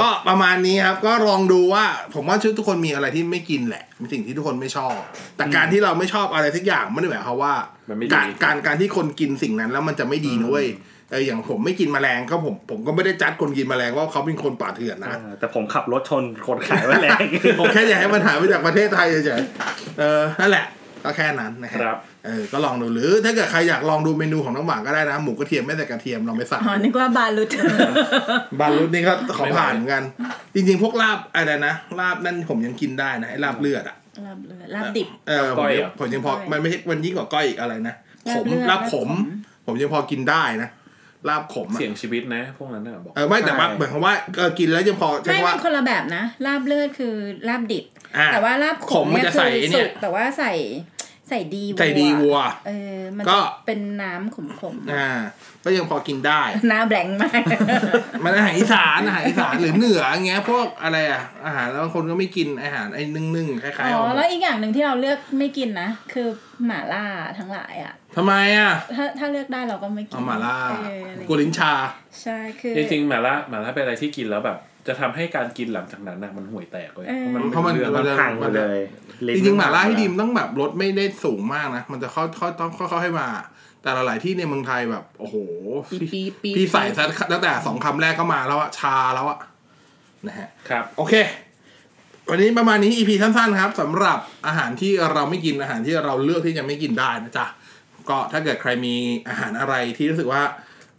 ก็ประมาณนี้ครับ ก็ลองดูว่า ผมว่าชุดทุกคนมีอะไรที่ไม่กินแหละ มีสิ่งที่ทุกคนไม่ชอบ แต่การที่เราไม่ชอบอะไรสักอย่างไม่ได้หมายความว่า
มันไม่ดี
การการการที่คนกินสิ่งนั้นแล้วมันจะไม่ดีนะเว้ยเอออย่างผมไม่กินแมลงก็ผมผมก็ไม่ได้จัดคนกินแมลงว่าเขาเป็นคนป่าเถื่อนนะ
าแต่ผมขับรถชนคนขายแมลง
[LAUGHS] ผมแค่อยากให้มันหายไปจากประเทศไทยเฉยๆเออนั่นแหละก็แค่นั้นนะค
ครั
รับบ เออก็ลองดูหรือถ้าเกิดใครอยากลองดูเมนูของน้ำหวานก็ได้นะหมูกระเทียมไม่ใส่กระเทียมลองไปสั่ง
อ๋อนึกว่าบาลุต [LAUGHS]
บารุดนี่ก็ขอผ่านเหมือนกัน จริงๆ พวกลาบอะไรนะลาบนั่นผมยังกินได้นะไอ้ลาบเลือดอ่ะ
ลาบเลือดลาบดิบ
เออผม
ก้อย
ยัง
อะ
ผมยังพอ
ก้อย
มันไม่ใช่มันยิ่งกว่าก้อยอีกอะไรนะข
ลาบ
ม
เลือด
ลาบ
ลาบ
ข
ข
ม
ม
ผมยังพอกินได้นะลาบขมอะ
เสี่ยงชีวิตนะพวกนั้นน่ะบอก
เออไม่แต่ว่า
ใช่
หมายความว่าเออกินแล้วยังพอใช่
ไม่
ว่า
มันคนละแบบนะลาบเลือดคือลาบดิบ
อ่า
แต่ว่าลาบข
ขม
ม
มัน
เนี่ย
จะ
คื
ใส่
อ
ไอ้เนี่ย
สุกแต่ว่าใส่ใส่ดีวัว
ใจดีวัว
เออมัน
ก็
จะเป็นน้ำขมขมๆ
อ่าก็ยังพอกินได้
หน้าแบล็งก์มาก
มันอาหารอีสานอาหารอีสานหรือเหนืออย่างเงี้ยพวกอะไรอ่ะอาหารแล้วบางคนก็ไม่กินอาหารไอ้นึ่งๆคล้ายๆ
อ๋
เอา
อแล้วอีกอย่างหนึ่งที่เราเลือกไม่กินนะ คือหม่าล่าทั้งหลายอ่ะ
ทำไมอ่ะ
ถ้าถ้าเลือกได้เราก็ไม่กิน
เอาหมาล่า
เอออะไร
กุลินชา
ใช่คือ
จริงๆหมาล่าหมาล่าเป็นอะไรที่กินแล้วแบบ จะทำให้การกินหลังจากนั้นน่ะมันห่วยแตกเลย
เออ
เพราะมัน
รื่อง
มันพังหมดเลย
จริงๆหมาล่าที่ดีมนต้องแบบรสไม่ได้สูงมากนะ มันจะเข้าเข้าต้องเข้าเข้าให้มา แต่หลายๆที่ในเมืองไทยแบบ โอ้โห
ปีปี
พี่ใส่ซะตั้งแต่สองคำแรกก็มาแล้วอะชาแล้วอะนะฮะ
ครับ
โอเค วันนี้ประมาณนี้ EP สั้นๆครับสำหรับอาหารที่เราไม่กินอาหารที่เราเลือกที่จะไม่กินได้นะจ๊ะ ก็ถ้าเกิดใครมีอาหารอะไรที่รู้สึกว่า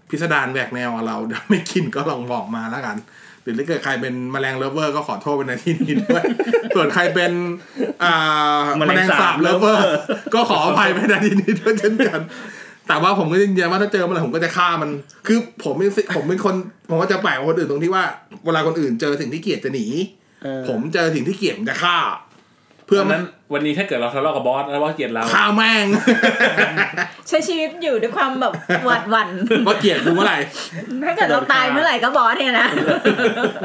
พิสดารแหวกแนวเรา ไม่กินก็ลองบอกมาแล้วกัน หรือถ้าเกิดใครเป็นแมลงเลฟเวอร์ก็ขอโทษไปในที่นี้ด้วย ส่วนใครเป็นอ่าแม
แม
ล
ล
ง
ง
สา
สา
บบ เลฟเวอร์ก็ขออภัยไปในที่นี้ด้วยเช่นกัน แต่ว่าผมก็ยืนยันว่าถ้าเจอมันผมก็จะฆ่ามัน คือผมเป็นสิผมเป็นคนผมก็จะแปลกกว่าคนอื่นตรงที่ว่าเวลาคนอื่นเจอสิ่งที่เกลียดจะหนี
เออ
ผมเจอสิ่งที่เกลียดผมจะฆ่า เพื่อ
วัน
มั
นั้น นวันนี้ถ้าเกิดเราทะเลาะกับบอสแล้วบอสเกลียดเรา
[LAUGHS] ฆ่าแม่ง
ใช้ชีวิตอยู่ด้วยความแบบหวาดหวั่น
ว่าเกลียดกูเมื่อไหร่ [LAUGHS]
ถ้าเกิดเราตายเมื่อไหร่ก็บอสเนี่ยนะ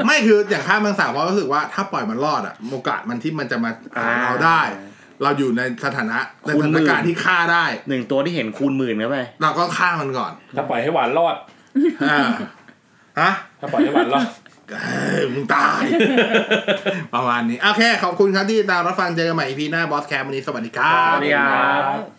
ไม่คืออย่างฆ่าแมงสาบเพราะรู้สึกว่าถ้าปล่อยมันรอดอะโอกาสมันที่มันจะมาหาเราได้ เราอยู่ในสถานะในสถานการณ์ที่ฆ่าได้
หนึ่งตัวที่เห็นคูณหมื่นเข้าไป
เราก็ฆ่ามันก่อน [LAUGHS]
ถ้าปล่อยให้หวานรอด
อ่าฮะ
ถ้าปล่อยให้หวานรอด
เอ้ยมึงตาย [LAUGHS] ประมาณนี้ โอเค ขอบคุณครับที่ติดตามรับฟังเจอกันใหม่ EP หน้าบอสแคมวันนี้สวัสดีครั
สวั
บ
สดีครับ